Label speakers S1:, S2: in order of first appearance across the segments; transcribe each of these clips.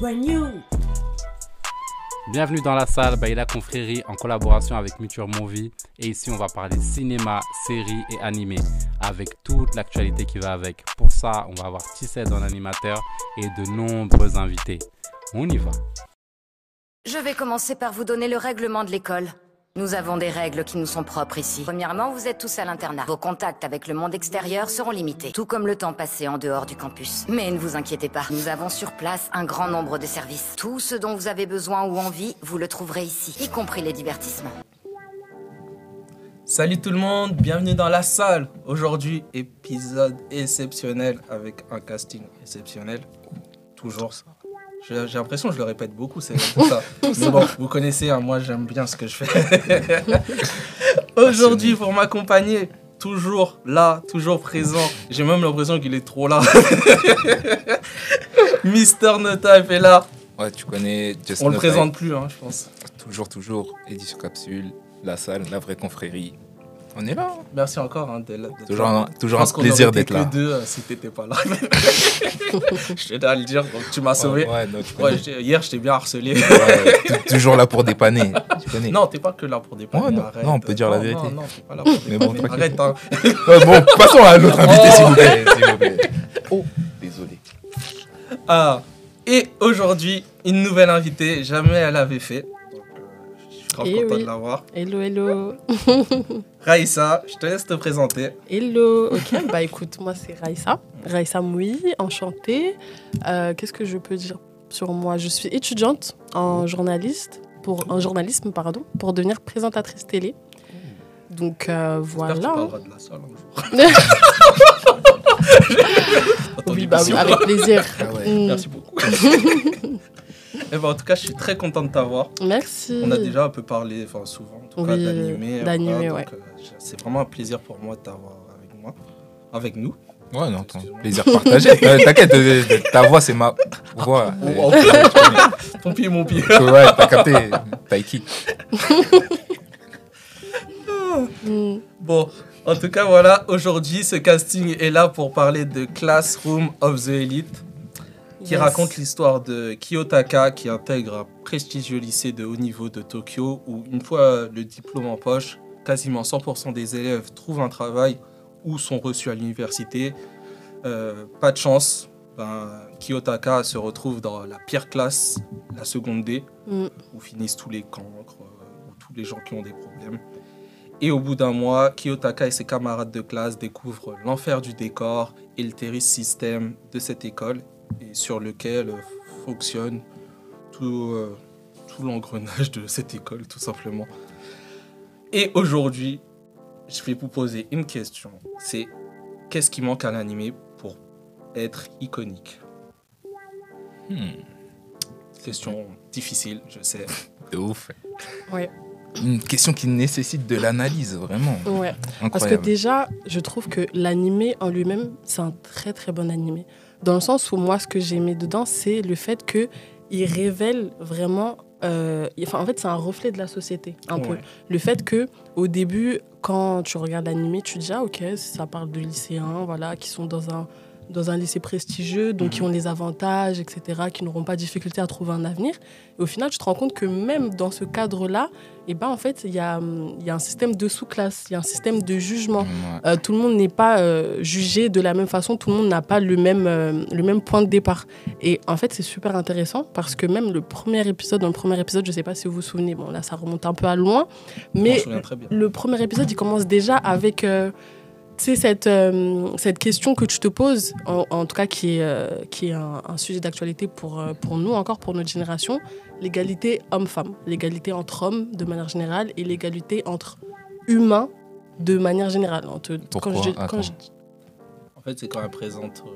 S1: brand new.
S2: Bienvenue dans la salle Baila Confrérie en collaboration avec Muture Movie. Et ici, on va parler cinéma, séries et animé avec toute l'actualité qui va avec. Pour ça, on va avoir Tissette en animateur et de nombreux invités. On y va.
S3: Je vais commencer par vous donner le règlement de l'école. Nous avons des règles qui nous sont propres ici. Premièrement, vous êtes tous à l'internat. Vos contacts avec le monde extérieur seront limités, tout comme le temps passé en dehors du campus. Mais ne vous inquiétez pas, nous avons sur place un grand nombre de services. Tout ce dont vous avez besoin ou envie, vous le trouverez ici, y compris les divertissements.
S4: Salut tout le monde, bienvenue dans la salle. Aujourd'hui, épisode exceptionnel avec un casting exceptionnel. Toujours ça. J'ai j'ai l'impression que je le répète beaucoup, c'est comme ça. Mais bon, vous connaissez, hein, moi j'aime bien ce que je fais. Aujourd'hui, pour m'accompagner, toujours là, toujours présent. J'ai même l'impression qu'il est trop là. Mister Nota est là.
S5: Ouais, tu connais Just
S4: On le
S5: Not
S4: présente plus, hein, je pense.
S5: Hype, toujours, toujours. Édition capsule, la salle, la vraie confrérie. On est là. hein.
S4: Merci encore hein, d'être là. d'être
S5: Toujours
S4: là.
S5: un,
S4: Je
S5: toujours un
S4: pense qu'on
S5: plaisir
S4: aurait été
S5: d'être là.
S4: que deux euh, si t'étais pas là. je tenais à le dire, donc tu m'as
S5: Ouais,
S4: sauvé.
S5: Ouais, non, tu
S4: Ouais,
S5: connais.
S4: j'étais- hier, je t'ai bien harcelé.
S5: Ouais, tu- toujours là pour dépanner. Tu connais.
S4: non, t'es pas que là pour dépanner.
S5: Ouais, non,
S4: arrête.
S5: non, on peut dire la
S4: Non,
S5: vérité.
S4: Non, non, t'es pas là pour
S5: Mais bon,
S4: dépanner. Arrête,
S5: tranquille.
S4: hein.
S5: Ouais, Euh, bon, passons à l'autre invité, s'il vous plaît. s'il vous plaît. Oh, désolé.
S4: Ah, et aujourd'hui, une nouvelle invitée. Jamais elle avait fait. Donc, euh, je suis grave
S6: Eh
S4: content
S6: oui.
S4: de l'avoir.
S6: Hello, hello.
S4: Raïssa, je te laisse te présenter.
S6: Hello. Ok, bah écoute, moi c'est Raissa. Raissa Moui, enchantée. Euh, Qu'est-ce que je peux dire sur moi Je suis étudiante en journaliste, pour, en journalisme, pardon, pour devenir présentatrice télé. Donc euh,
S4: J'espère que tu
S6: voilà.
S4: parleras de la salle un jour. Dans ton
S6: Oui, bah oui,
S4: émission.
S6: avec plaisir.
S5: Ah ouais.
S6: Mm,
S4: Merci beaucoup. Eh ben, en tout cas, je suis très content de t'avoir.
S6: Mm, Merci.
S4: On a déjà un peu parlé, enfin souvent, en tout cas,
S6: Oui,
S4: d'animé.
S6: d'animé,
S4: voilà,
S6: ouais.
S4: donc, euh, j'ai- c'est vraiment un plaisir pour moi de t'avoir avec moi, avec nous.
S5: Ouais, non, ton plaisir partagé. Euh, T'inquiète, euh, euh, ta voix, c'est ma voix. Euh,
S4: Oh,
S5: tu connais.
S4: Ton pied, mon pied.
S5: Ouais, t'as capté. Taiki.
S6: Mm.
S4: Bon, en tout cas, voilà, aujourd'hui, ce casting est là pour parler de Classroom of the Elite, qui
S6: Yes.
S4: raconte l'histoire de Kiyotaka, qui intègre un prestigieux lycée de haut niveau de Tokyo, où une fois euh, le diplôme en poche, quasiment 100% des élèves trouvent un travail ou sont reçus à l'université. Euh, pas de chance, ben, Kiyotaka se retrouve dans la pire classe, la seconde D,
S6: Mm.
S4: où finissent tous les cancres, euh, ou tous les gens qui ont des problèmes. Et au bout d'un mois, Kiyotaka et ses camarades de classe découvrent l'enfer du décor et le terrible système de cette école, et sur lequel euh, fonctionne tout, euh, tout l'engrenage de cette école, tout simplement. Et aujourd'hui, je vais vous poser une question. C'est qu'est-ce qui manque à l'animé pour être iconique
S5: Hmm,
S4: Question difficile, je sais.
S5: de ouf.
S6: Ouais.
S5: Une question qui nécessite de l'analyse, vraiment.
S6: Ouais. Parce que
S5: Incroyable.
S6: déjà, je trouve que l'animé en lui-même, c'est un très très bon animé. Dans le sens où moi, ce que j'ai aimé dedans, c'est le fait que il révèle vraiment. euh, y- Enfin, en fait, c'est un reflet de la société, un peu.
S4: Ouais.
S6: Le fait que au début, quand tu regardes l'animé, tu te dis ah ok, ça parle de lycéens, voilà, qui sont dans un dans un lycée prestigieux, donc qui ont les avantages, etc., qui n'auront pas de difficulté à trouver un avenir. Et au final, tu te rends compte que même dans ce cadre-là, eh ben, en fait, il y, a, hum, il y a un système de sous-classe, il y a un système de jugement.
S5: Ouais.
S6: Euh, tout le monde n'est pas euh, jugé de la même façon, tout le monde n'a pas le même, euh, le même point de départ. Et en fait, c'est super intéressant parce que même le premier épisode, dans le premier épisode, je ne sais pas si vous vous souvenez, bon là ça remonte un peu à loin,
S4: Je m'en
S6: mais
S4: souviens très bien.
S6: le premier épisode, il commence déjà avec euh, tu sais, cette, euh, cette question que tu te poses, en, en tout cas qui est, euh, qui est un, un sujet d'actualité pour, euh, pour nous, encore pour notre génération, l'égalité homme-femme, l'égalité entre hommes de manière générale et l'égalité entre humains de manière générale. En te-
S5: Pourquoi
S6: quand je, quand
S5: Attends.
S6: je-
S4: En fait, c'est quand elle présente, euh,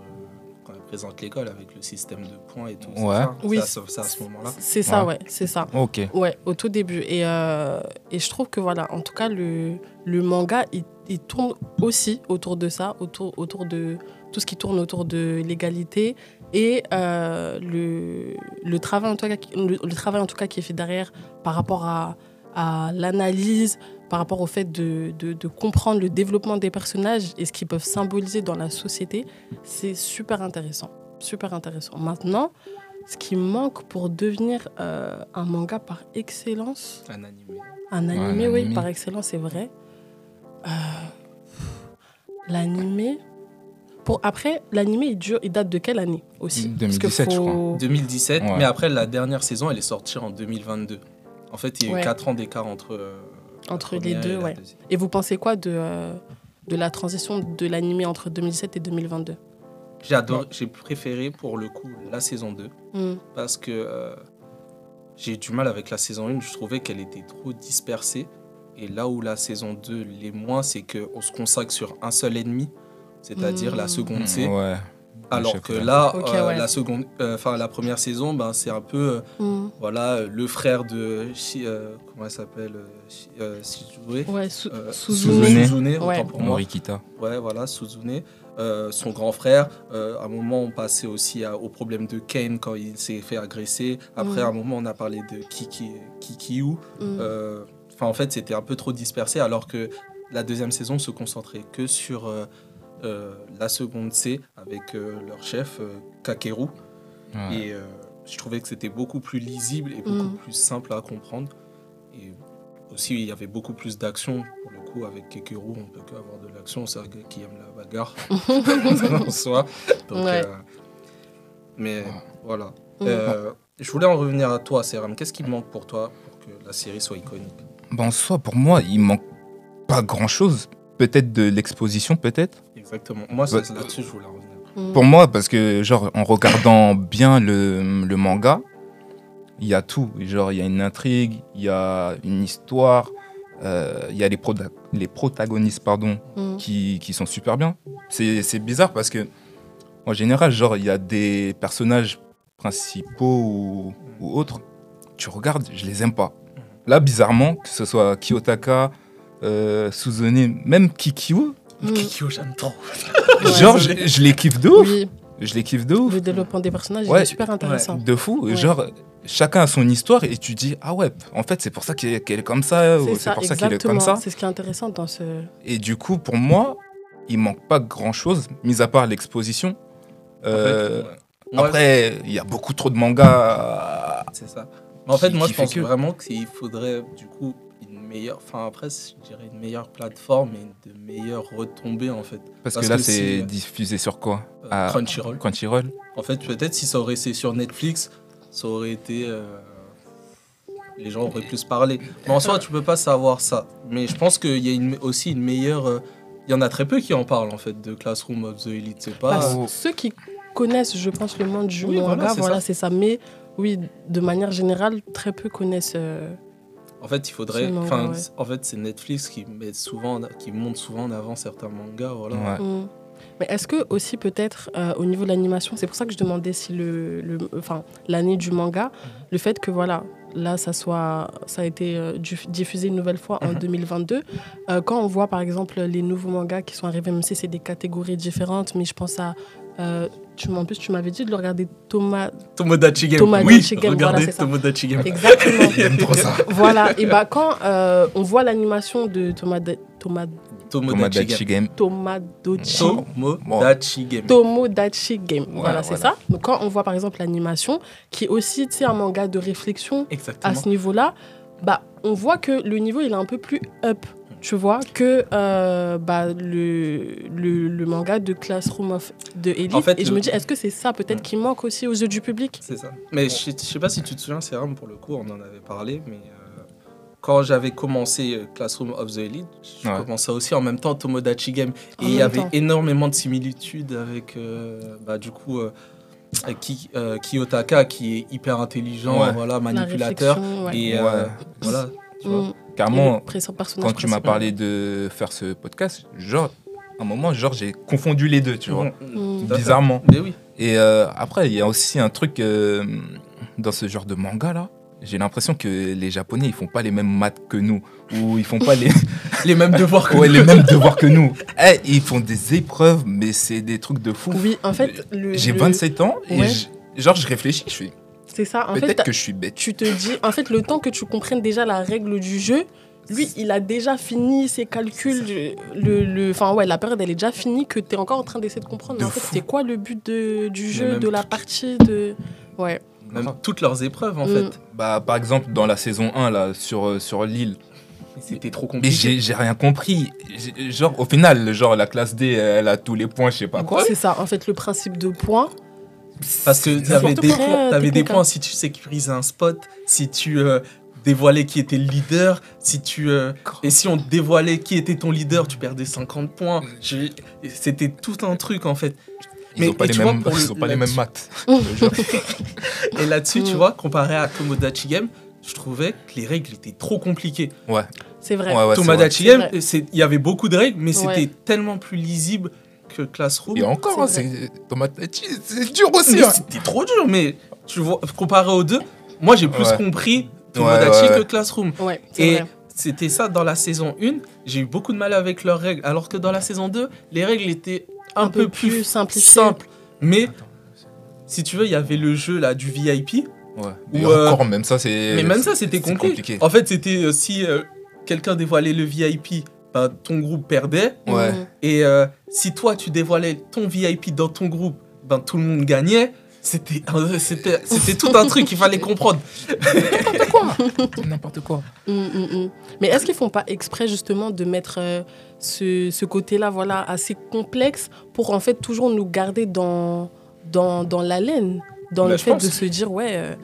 S4: quand elle présente l'école avec le système de points et tout. c'est
S5: Ouais.
S4: ça
S6: Oui,
S4: C'est à ce- c'est à ce moment-là.
S6: c'est ça,
S5: Ouais.
S6: ouais, c'est ça.
S5: Ok.
S6: Ouais, au tout début. Et, euh, et je trouve que voilà, en tout cas, le, le manga, il, il tourne aussi autour de ça, autour, autour de tout ce qui tourne autour de l'égalité et euh, le, le, travail en tout cas, qui- le, le travail en tout cas qui est fait derrière par rapport à, à l'analyse, par rapport au fait de, de, de comprendre le développement des personnages et ce qu'ils peuvent symboliser dans la société, c'est super intéressant. Super intéressant. Maintenant, ce qui manque pour devenir euh, un manga par excellence,
S4: un animé.
S5: un
S6: un animé, oui,
S5: animé.
S6: par excellence, c'est vrai. Euh, l'animé. Pour après, l'animé, il, dure- il date de quelle année aussi Parce que
S5: 2017, je crois.
S4: 2017,
S5: Ouais.
S4: mais après la dernière saison, elle est sortie en 2022. En fait, il y a eu
S6: Ouais.
S4: 4 ans d'écart entre, euh, la
S6: Entre les
S4: première
S6: deux,
S4: et la
S6: ouais.
S4: deuxième.
S6: Et vous pensez quoi de, euh, de la transition de l'animé entre 2017 et 2022
S4: J'ai adoré, j'ai préféré pour le coup la saison 2
S6: Hmm.
S4: parce que euh, j'ai eu du mal avec la saison 1, je trouvais qu'elle était trop dispersée. Et là où la saison 2 l'est moins, c'est qu'on se consacre sur un seul ennemi, c'est-à-dire
S6: Mm.
S4: la seconde C.
S5: Ouais.
S4: Alors
S5: Chef
S4: que
S5: Lab.
S4: là,
S6: Ok,
S4: euh,
S6: ouais.
S4: la, seconde, euh, enfin, la première saison, ben, c'est un peu euh,
S6: Hmm.
S4: voilà, euh, le frère de. Shi- euh, comment elle s'appelle euh, Shi- euh, Shizue
S6: Ouais, Su-
S4: Euh,
S6: Suzune.
S5: Suzune.
S4: autant
S6: Ouais.
S4: pour moi.
S5: Morikita.
S4: Ouais, voilà, Suzune, euh, son grand frère. Euh, à un moment, on passait aussi à- au problème de Kane quand il s'est fait agresser. Après,
S6: Mm.
S4: à un moment, on a parlé de Kiki, Kikiu.
S6: Hmm.
S4: Euh, Enfin, en fait, c'était un peu trop dispersé, alors que la deuxième saison se concentrait que sur euh, euh, la seconde C avec euh, leur chef, euh, Kakeru.
S5: Ouais.
S4: Et euh, je trouvais que c'était beaucoup plus lisible et beaucoup
S6: Mm.
S4: plus simple à comprendre. Et aussi, il y avait beaucoup plus d'action. Pour le coup, avec Kekeru, on peut que avoir de l'action. C'est un gars qui aime la bagarre en soi. Donc,
S6: Ouais.
S4: euh, mais voilà.
S6: Hmm.
S4: Euh, je voulais en revenir à toi, Seram. Qu'est-ce qui manque pour toi pour que la série soit iconique
S5: Bah, en soi, pour moi, il manque pas grand chose. Peut-être de l'exposition, peut-être.
S4: Exactement. Moi, c'est
S5: Bah,
S4: là-dessus, je voulais en revenir.
S6: Hmm.
S5: Pour moi, parce que, genre, en regardant bien le, le manga, il y a tout. Genre, il y a une intrigue, il y a une histoire, euh, il y a les, proda- les protagonistes, pardon,
S6: Hmm.
S5: qui, qui sont super bien. C'est c'est bizarre parce que, en général, genre, il y a des personnages principaux ou, ou autres, tu regardes, je les aime pas. Là, bizarrement, que ce soit Kiyotaka, euh, Suzune, même Kikyo,
S6: Hmm.
S4: Kikyo, j'aime trop.
S5: genre, je, je les kiffe de ouf.
S6: Oui,
S5: Je les kiffe de ouf.
S6: le développement des personnages il
S5: Ouais.
S6: est super intéressant.
S5: De fou.
S6: Ouais.
S5: Genre, chacun a son histoire et tu dis, ah ouais, en fait, c'est pour ça qu'il est- qu'elle est comme ça, ou
S6: C'est
S5: c'est
S6: ça,
S5: pour ça qu'il est
S6: exactement.
S5: comme ça. Bah,
S6: C'est ce qui est intéressant dans ce.
S5: Et du coup, pour moi, il manque pas grand chose, mis à part l'exposition. Euh,
S4: Moi,
S5: Après, il y a beaucoup trop de mangas.
S4: C'est ça. Mais en fait,
S5: Qui-
S4: moi,
S5: qui
S4: je
S5: fait
S4: pense
S5: que-
S4: vraiment qu'il faudrait, du coup, une meilleure. Enfin, après, je dirais une meilleure plateforme et de meilleures retombées, en fait.
S5: Parce,
S4: Parce
S5: que là,
S4: que
S5: c'est
S4: c'est-
S5: diffusé sur quoi
S4: Euh,
S5: Ah.
S4: Crunchyroll.
S5: Crunchyroll
S4: En fait, peut-être si ça aurait été sur Netflix, ça aurait été. euh, Les gens auraient plus parlé. Mais en soi, tu peux pas savoir ça. Mais je pense qu'il y a une- aussi une meilleure. euh, Il y en a très peu qui en parlent, en fait, de Classroom of the Elite. C'est pas.
S6: Parce-
S5: oh.
S6: Ceux qui connaissent, je pense, le monde du
S4: Oui,
S6: manga,
S4: voilà,
S6: voilà,
S4: c'est
S6: c'est ça. Mais oui, de manière générale, très peu connaissent. euh,
S4: En fait, il faudrait.
S6: Ce manga,
S4: Enfin,
S6: ouais.
S4: En fait, c'est Netflix qui, met souvent, qui monte souvent en avant certains mangas. Voilà.
S5: Ouais.
S6: hmm. Mais est-ce que aussi peut-être euh, au niveau de l'animation, c'est pour ça que je demandais si le, le- enfin l'année du manga,
S5: Mhm.
S6: le fait que voilà là ça soit ça a été euh, diff- diffusé une nouvelle fois
S5: Mhm.
S6: en 2022, euh, quand on voit par exemple les nouveaux mangas qui sont arrivés, même si c'est des catégories différentes, mais je pense à euh, tu m'en plus tu m'avais dit de le regarder Thomas
S4: Tomodachi Game.
S6: Tomodachi
S4: oui,
S6: Game,
S4: regardez
S6: voilà, c'est ça.
S4: Tomodachi Game.
S6: exactement
S5: J'aime trop ça.
S6: Voilà, et bah quand euh, on voit l'animation de Toma, Toma,
S4: Tomodachi
S5: Tomodachi
S4: Game.
S5: Game.
S6: Tomadochi,
S4: Tomodachi Game.
S6: Tomodachi Game, voilà,
S5: Voilà,
S6: c'est
S5: voilà.
S6: ça. Donc quand on voit par exemple l'animation, qui est aussi tu sais, un manga de réflexion à
S4: Exactement.
S6: ce niveau-là, bah on voit que le niveau il est un peu plus up, tu vois, que euh, bah, le, le, le manga de Classroom of de Elite.
S4: En fait,
S6: et je
S4: le-
S6: me dis, est-ce que c'est ça peut-être qui manque aussi aux yeux du public
S4: C'est ça. Mais je sais- je sais pas si tu te souviens, Seram, pour le coup, on en avait parlé, mais euh, quand j'avais commencé euh, Classroom of the Elite, je
S5: Ouais.
S4: commençais aussi en même temps Tomodachi Game.
S6: En
S4: Et il
S6: même
S4: y avait
S6: temps.
S4: énormément de similitudes avec, euh, bah, du coup, euh, euh, Ki- euh, Kiyotaka, qui est hyper intelligent,
S5: Ouais.
S4: voilà,
S6: La
S4: manipulateur.
S6: réflexion, ouais.
S4: Et euh,
S5: Ouais.
S4: voilà, tu vois.
S6: Mm. Et
S5: Carrément,
S6: le pressant- personnage
S5: quand tu m'as
S6: principal.
S5: parlé de faire ce podcast, genre, à un moment, genre, j'ai confondu les deux, tu vois.
S6: Mm.
S4: Tout à fait.
S5: Bizarrement.
S4: Mais oui.
S5: Et euh, après, il y a aussi un truc euh, dans ce genre de manga là. J'ai l'impression que les Japonais ils font pas les mêmes maths que nous ou ils font pas les,
S4: Les mêmes devoirs que
S5: ouais, les mêmes devoirs que nous. Eh, ils font des épreuves, mais c'est des trucs de fou.
S6: Oui, en fait, le-
S5: J'ai
S6: le-
S5: 27 ans et
S6: Ouais.
S5: je- genre je réfléchis, je suis
S6: C'est ça. En fait,
S5: peut-être
S6: t'as-
S5: que je suis bête.
S6: tu te dis, en fait, le temps que tu comprennes déjà la règle du jeu, lui, il a déjà fini ses calculs. Le, le, enfin, ouais, la période, elle est déjà finie, que tu es encore en train d'essayer de comprendre. Mais
S5: De
S6: en fait,
S5: fou.
S6: c'est quoi le but de, du
S4: Mais
S6: jeu,
S4: même
S6: de la
S4: tout-
S6: partie de... Ouais.
S4: Même
S5: grave.
S4: toutes leurs épreuves, en
S6: Mm.
S4: fait.
S5: Bah, par exemple, dans la saison 1, là, sur, euh, sur l'île,
S4: Mais C'était trop
S5: mais
S4: compliqué.
S5: j'ai j'ai rien compris. J'ai- Genre, au final, genre, la classe D, elle a tous les points, je sais pas Ah quoi.
S6: C'est ça, en fait, le principe de points.
S4: Parce que
S5: C'est
S4: t'avais
S6: n'importe
S4: des,
S6: quoi.
S4: points,
S6: Très,
S4: t'avais
S6: t'es
S4: des
S6: conquin.
S4: points si tu sécurisais un spot, si tu euh, dévoilais qui était le leader, si tu. euh, et si on te dévoilait qui était ton leader, tu perdais 50 points. Je- C'était tout un truc, en fait.
S5: Ils
S4: Mais-
S5: ont pas,
S4: et
S5: les
S4: tu vois,
S5: mêmes,
S4: pour le-
S5: ils ont pas les mêmes maths.
S4: Et là-dessus, tu
S6: Mm.
S4: vois, comparé à Tomodachi Game, je trouvais que les règles étaient trop compliquées.
S5: Ouais,
S6: C'est vrai.
S5: ah ouais, ouais. c'est vrai.
S4: Tomodachi
S6: c'est
S4: Game, euh,
S6: vrai.
S4: c'est- il y avait beaucoup de règles, mais
S6: Ouais.
S4: c'était tellement plus lisible que Classroom.
S5: Et encore, hein,
S6: C'est
S5: c'est tomate- c'est dur aussi.
S4: Mais
S5: hein.
S4: C'était trop dur, mais tu vois, comparé aux deux, moi j'ai plus
S5: Ouais.
S4: compris Tomodachi
S5: Ouais, ouais, ouais.
S4: que Classroom.
S6: Ouais, c'est
S4: Et
S6: vrai.
S4: c'était ça dans la saison 1, j'ai eu beaucoup de mal avec leurs règles, alors que dans la saison 2, les règles étaient
S6: Un, peu, plus simplifié.
S4: simples. Mais si tu veux, il y avait le jeu là du VIP,
S5: Ouais. Mais
S4: Ou, euh,
S5: encore, même ça, Eh, c'est.
S4: mais même ça
S5: c'est-
S4: c'était
S5: c'est
S4: compliqué. En fait, c'était euh, si euh, quelqu'un dévoilait le VIP, bah, ton groupe perdait.
S5: Ouais.
S6: Mm.
S4: Et euh, si toi, tu dévoilais ton VIP dans ton groupe, ben, tout le monde gagnait. C'était c'était- c'était tout un truc qu'il fallait comprendre.
S5: N'importe quoi.
S6: Mm, mm, mm. Mais est-ce qu'ils font pas exprès justement de mettre euh, ce, ce côté-là voilà, assez complexe pour en fait toujours nous garder dans, dans, dans la laine, dans
S4: Bah,
S6: le
S4: je
S6: fait
S4: pense.
S6: de se dire ouais, euh,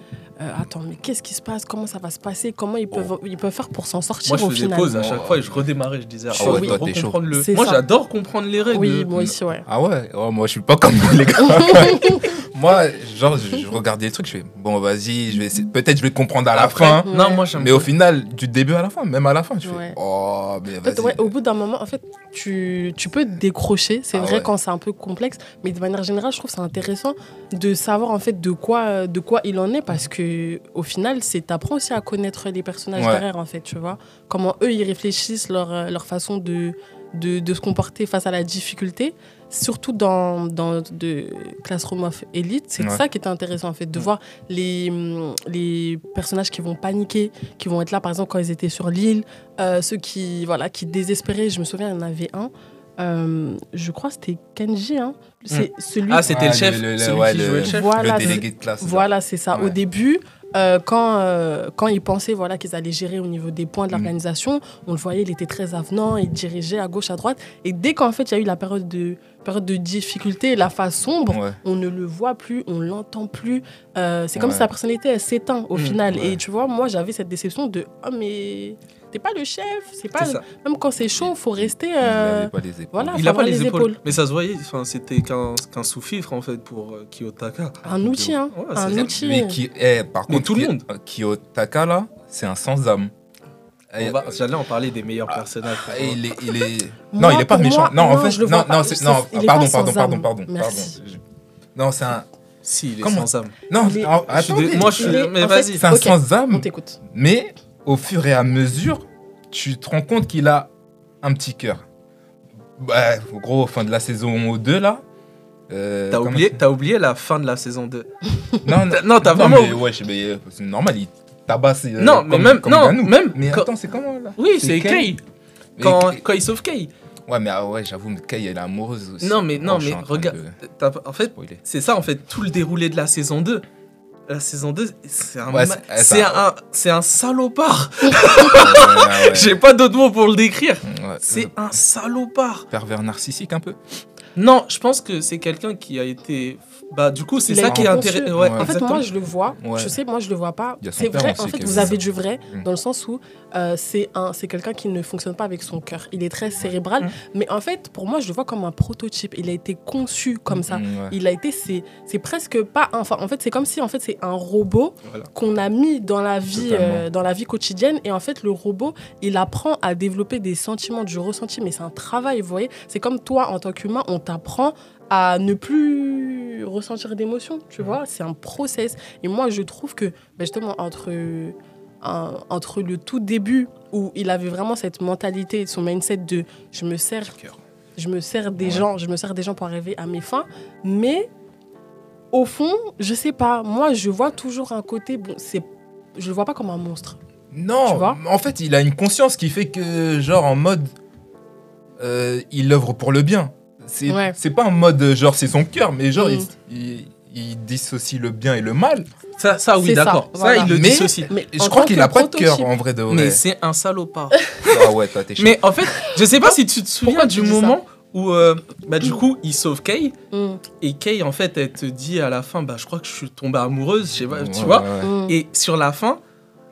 S6: euh, attends, mais qu'est-ce qui se passe Comment ça va se passer Comment ils peuvent, ils peuvent faire pour s'en sortir
S4: Moi, je
S6: au
S4: faisais
S6: final
S4: pause hein. à chaque fois et je redémarrais. Je disais,
S5: Oh. Ah ouais,
S4: oui,
S5: toi,
S4: faut
S5: t'es chaud.
S4: comprendre le-
S6: C'est
S4: Moi,
S6: ça.
S4: j'adore comprendre les règles.
S6: Oui, moi aussi, ouais.
S5: Ah ouais, oh, Moi, je suis pas comme vous, les gars. Moi, genre, je, je regarde des trucs, je fais bon, vas-y, je vais essayer- peut-être je vais comprendre à la
S4: Après,
S5: fin. hein.
S4: Non,
S6: Ouais.
S4: moi, j'aime
S5: Mais au final, du début à la fin, même à la fin, je fais
S6: Ouais.
S5: oh, mais
S6: En fait,
S5: vas-y.
S6: ouais, au bout d'un moment, en fait, tu, tu peux te décrocher. C'est
S5: Ah
S6: vrai
S5: ouais.
S6: quand c'est un peu complexe, mais de manière générale, je trouve c'est intéressant de savoir en fait de quoi, euh, de quoi il en est parce que au final, c'est t'apprends aussi à connaître les personnages
S5: Ouais.
S6: derrière en fait, tu vois, comment eux ils réfléchissent leur euh, leur façon de de, de se comporter face à la difficulté, surtout dans, dans de Classroom of Elite. C'est
S5: Ouais.
S6: ça qui était intéressant, en fait, de
S5: Mm.
S6: voir les, hum, les personnages qui vont paniquer, qui vont être là, par exemple, quand ils étaient sur l'île, euh, ceux qui, voilà, qui désespéraient. Je me souviens, il y en avait un. euh, je crois que c'était Kenji. Hein. C'est celui
S4: Ah, c'était
S5: Ah,
S4: le chef.
S5: le- le-
S4: celui
S5: ouais,
S4: qui
S5: le-
S4: jouait le chef.
S5: le
S6: voilà,
S5: délégué de classe.
S6: voilà, c'est ça. Au
S5: Ouais.
S6: début, euh, quand, euh, quand il pensait voilà, qu'ils allaient gérer au niveau des points de
S5: Mhm.
S6: l'organisation, on le voyait, il était très avenant, il dirigeait à gauche, à droite. Et dès qu'en fait, il y a eu la période de, période de difficulté, la phase sombre,
S5: Ouais.
S6: on ne le voit plus, on l'entend plus. Euh, c'est comme
S5: Ouais. Mmh,
S6: si sa personnalité, elle s'éteint au
S4: Mhm,
S6: final.
S5: ouais.
S6: Et tu vois, moi, j'avais cette déception de Ah, mais t'es pas le chef, c'est pas.
S4: C'est ça.
S6: Même quand c'est chaud, faut rester.
S5: Il
S6: euh,
S5: avait pas les épaules.
S6: voilà. Ah,
S4: Il
S6: faut
S4: a pas
S6: avoir
S4: les
S6: les
S4: épaules.
S6: épaules.
S4: Mais ça se voyait. Enfin, c'était qu'un qu'un sous-fifre en fait pour euh, Kiyotaka.
S6: Un outil, hein.
S4: Ouais,
S6: un
S4: c'est-
S6: outil.
S5: Mais qui, eh, par
S4: Mais
S5: contre,
S4: tout le
S5: Ki-
S4: monde.
S5: euh, Kiyotaka là, c'est un sans âme. Eh,
S4: On va- J'allais en parler des meilleurs personnages.
S5: Ah, il est, il est...
S6: Moi,
S5: non, il est pas
S6: pour
S5: méchant.
S6: moi,
S5: non, en
S6: non,
S5: fait,
S6: je le
S5: non,
S6: vois
S5: non,
S6: pas.
S5: c'est-
S6: Je-
S5: non,
S6: il est
S5: pardon,
S6: pas sans
S5: pardon, pardon,
S6: âme.
S5: pardon,
S6: Merci.
S5: pardon. Je- Non, c'est un.
S4: Si, il est
S5: Comment
S4: sans âme.
S5: Non,
S6: Il est-
S5: ah,
S4: Je suis dé-
S5: attendez.
S4: Moi, je
S6: Il
S4: suis.
S6: est-
S4: Mais
S6: en
S4: vas-y.
S5: C'est un
S6: Ok.
S5: sans
S6: On
S5: âme,
S6: t'écoute.
S5: mais au fur et à mesure, tu te rends compte qu'il a un petit cœur. Bah, au gros, fin de la saison 2, là. euh,
S4: T'as
S5: comment-
S4: oublié, t'as oublié la fin de la saison 2.
S5: Non, non,
S4: Non, t'as
S5: non,
S4: vraiment.
S5: mais ouais, je- mais, euh, c'est normal, il tabasse. euh,
S4: non, mais
S5: comme-
S4: même.
S5: comme
S4: non,
S5: Ganou.
S4: même.
S5: Mais
S4: quand-
S5: attends, c'est comment là
S4: oui,
S5: c'est
S4: c'est
S5: Kay.
S4: Kay. Quand,
S5: Mais-
S4: quand il sauve Kay.
S5: Ouais, mais ah ouais, j'avoue, mais Kay, elle est amoureuse aussi. Oh,
S4: Non, mais- non,
S5: je suis
S4: mais
S5: en train
S4: regarde-
S5: de
S4: T'as- En fait,
S5: spoiler.
S4: c'est ça, en fait, tout le déroulé de la saison 2. La saison 2, c'est un,
S5: Ouais,
S4: ma-
S5: c'est-
S4: c'est
S5: ça-
S4: un, c'est un salopard.
S5: Ouais, ouais,
S4: J'ai pas d'autres mots pour le décrire.
S5: ouais.
S4: C'est
S5: Ouais,
S4: un salopard.
S5: pervers narcissique un peu.
S4: Non, je pense que c'est quelqu'un qui a été. Bah, du coup, c'est
S6: Il a
S4: ça
S6: été
S4: qui est
S6: conçu.
S4: intéressant. Ouais,
S5: En
S6: En fait,
S4: exactement.
S6: moi, je le vois.
S5: Ouais.
S6: Je sais, moi, je le vois pas.
S5: Il y a son
S6: C'est
S5: père
S6: vrai.
S5: aussi
S6: En fait,
S5: qui
S6: vous
S5: est-
S6: avez du vrai
S5: Mm.
S6: dans le sens où euh, c'est un, c'est quelqu'un qui ne fonctionne pas avec son cœur. Il est très cérébral,
S5: Mmh.
S4: Mm.
S6: mais en fait, pour moi, je le vois comme un prototype. Il a été conçu comme ça.
S5: Mm, ouais.
S6: Il a été, c'est, c'est presque pas. un- Enfin, en fait, c'est comme si en fait c'est un robot
S4: Voilà.
S6: qu'on a mis dans la vie,
S5: Totalement.
S6: euh, dans la vie quotidienne. Et en fait, le robot, il apprend à développer des sentiments, du ressenti. Mais c'est un travail, vous voyez. C'est comme toi, en tant qu'humain, on t'apprend à ne plus ressentir d'émotions.
S5: Mm.
S6: Tu vois, c'est un process. Et moi, je trouve que ben, justement entre un- entre le tout début où il avait vraiment cette mentalité, son mindset de je me sers je me sers des
S5: Ouais.
S6: gens, je me sers des gens pour arriver à mes fins, mais au fond, je sais pas, moi je vois toujours un côté bon, c'est je le vois pas comme un monstre.
S5: Non,
S6: Tu vois
S5: en fait, il a une conscience qui fait que, genre, en mode, euh, il œuvre pour le bien. C'est
S6: Ouais.
S5: c'est pas en mode, euh, genre, c'est son cœur, mais genre,
S6: Mm.
S5: il, il- il dissocie le bien et le mal.
S4: Ça, ça oui,
S6: C'est ça,
S4: d'accord. Ça,
S6: voilà.
S4: il le
S5: Mais-
S4: dissocie.
S6: Mais
S5: Et
S6: en
S5: je crois
S6: tant
S5: qu'il
S6: que
S5: a pas de cœur
S6: prototype-
S5: en vrai de vrai.
S4: Mais c'est un salopard.
S5: Ah ouais, toi, t'es chaud.
S4: Mais en fait, je sais pas si tu te souviens
S6: Pourquoi
S4: du
S6: tu dis ça
S4: moment où, euh, bah, du coup, il sauve Kay.
S6: Mm,
S4: Et Kay, en fait, elle te dit à la fin, bah, je crois que je suis tombée amoureuse, je sais pas,
S5: Ouais,
S4: tu vois.
S5: ouais, ouais.
S6: mm.
S4: Et sur la fin,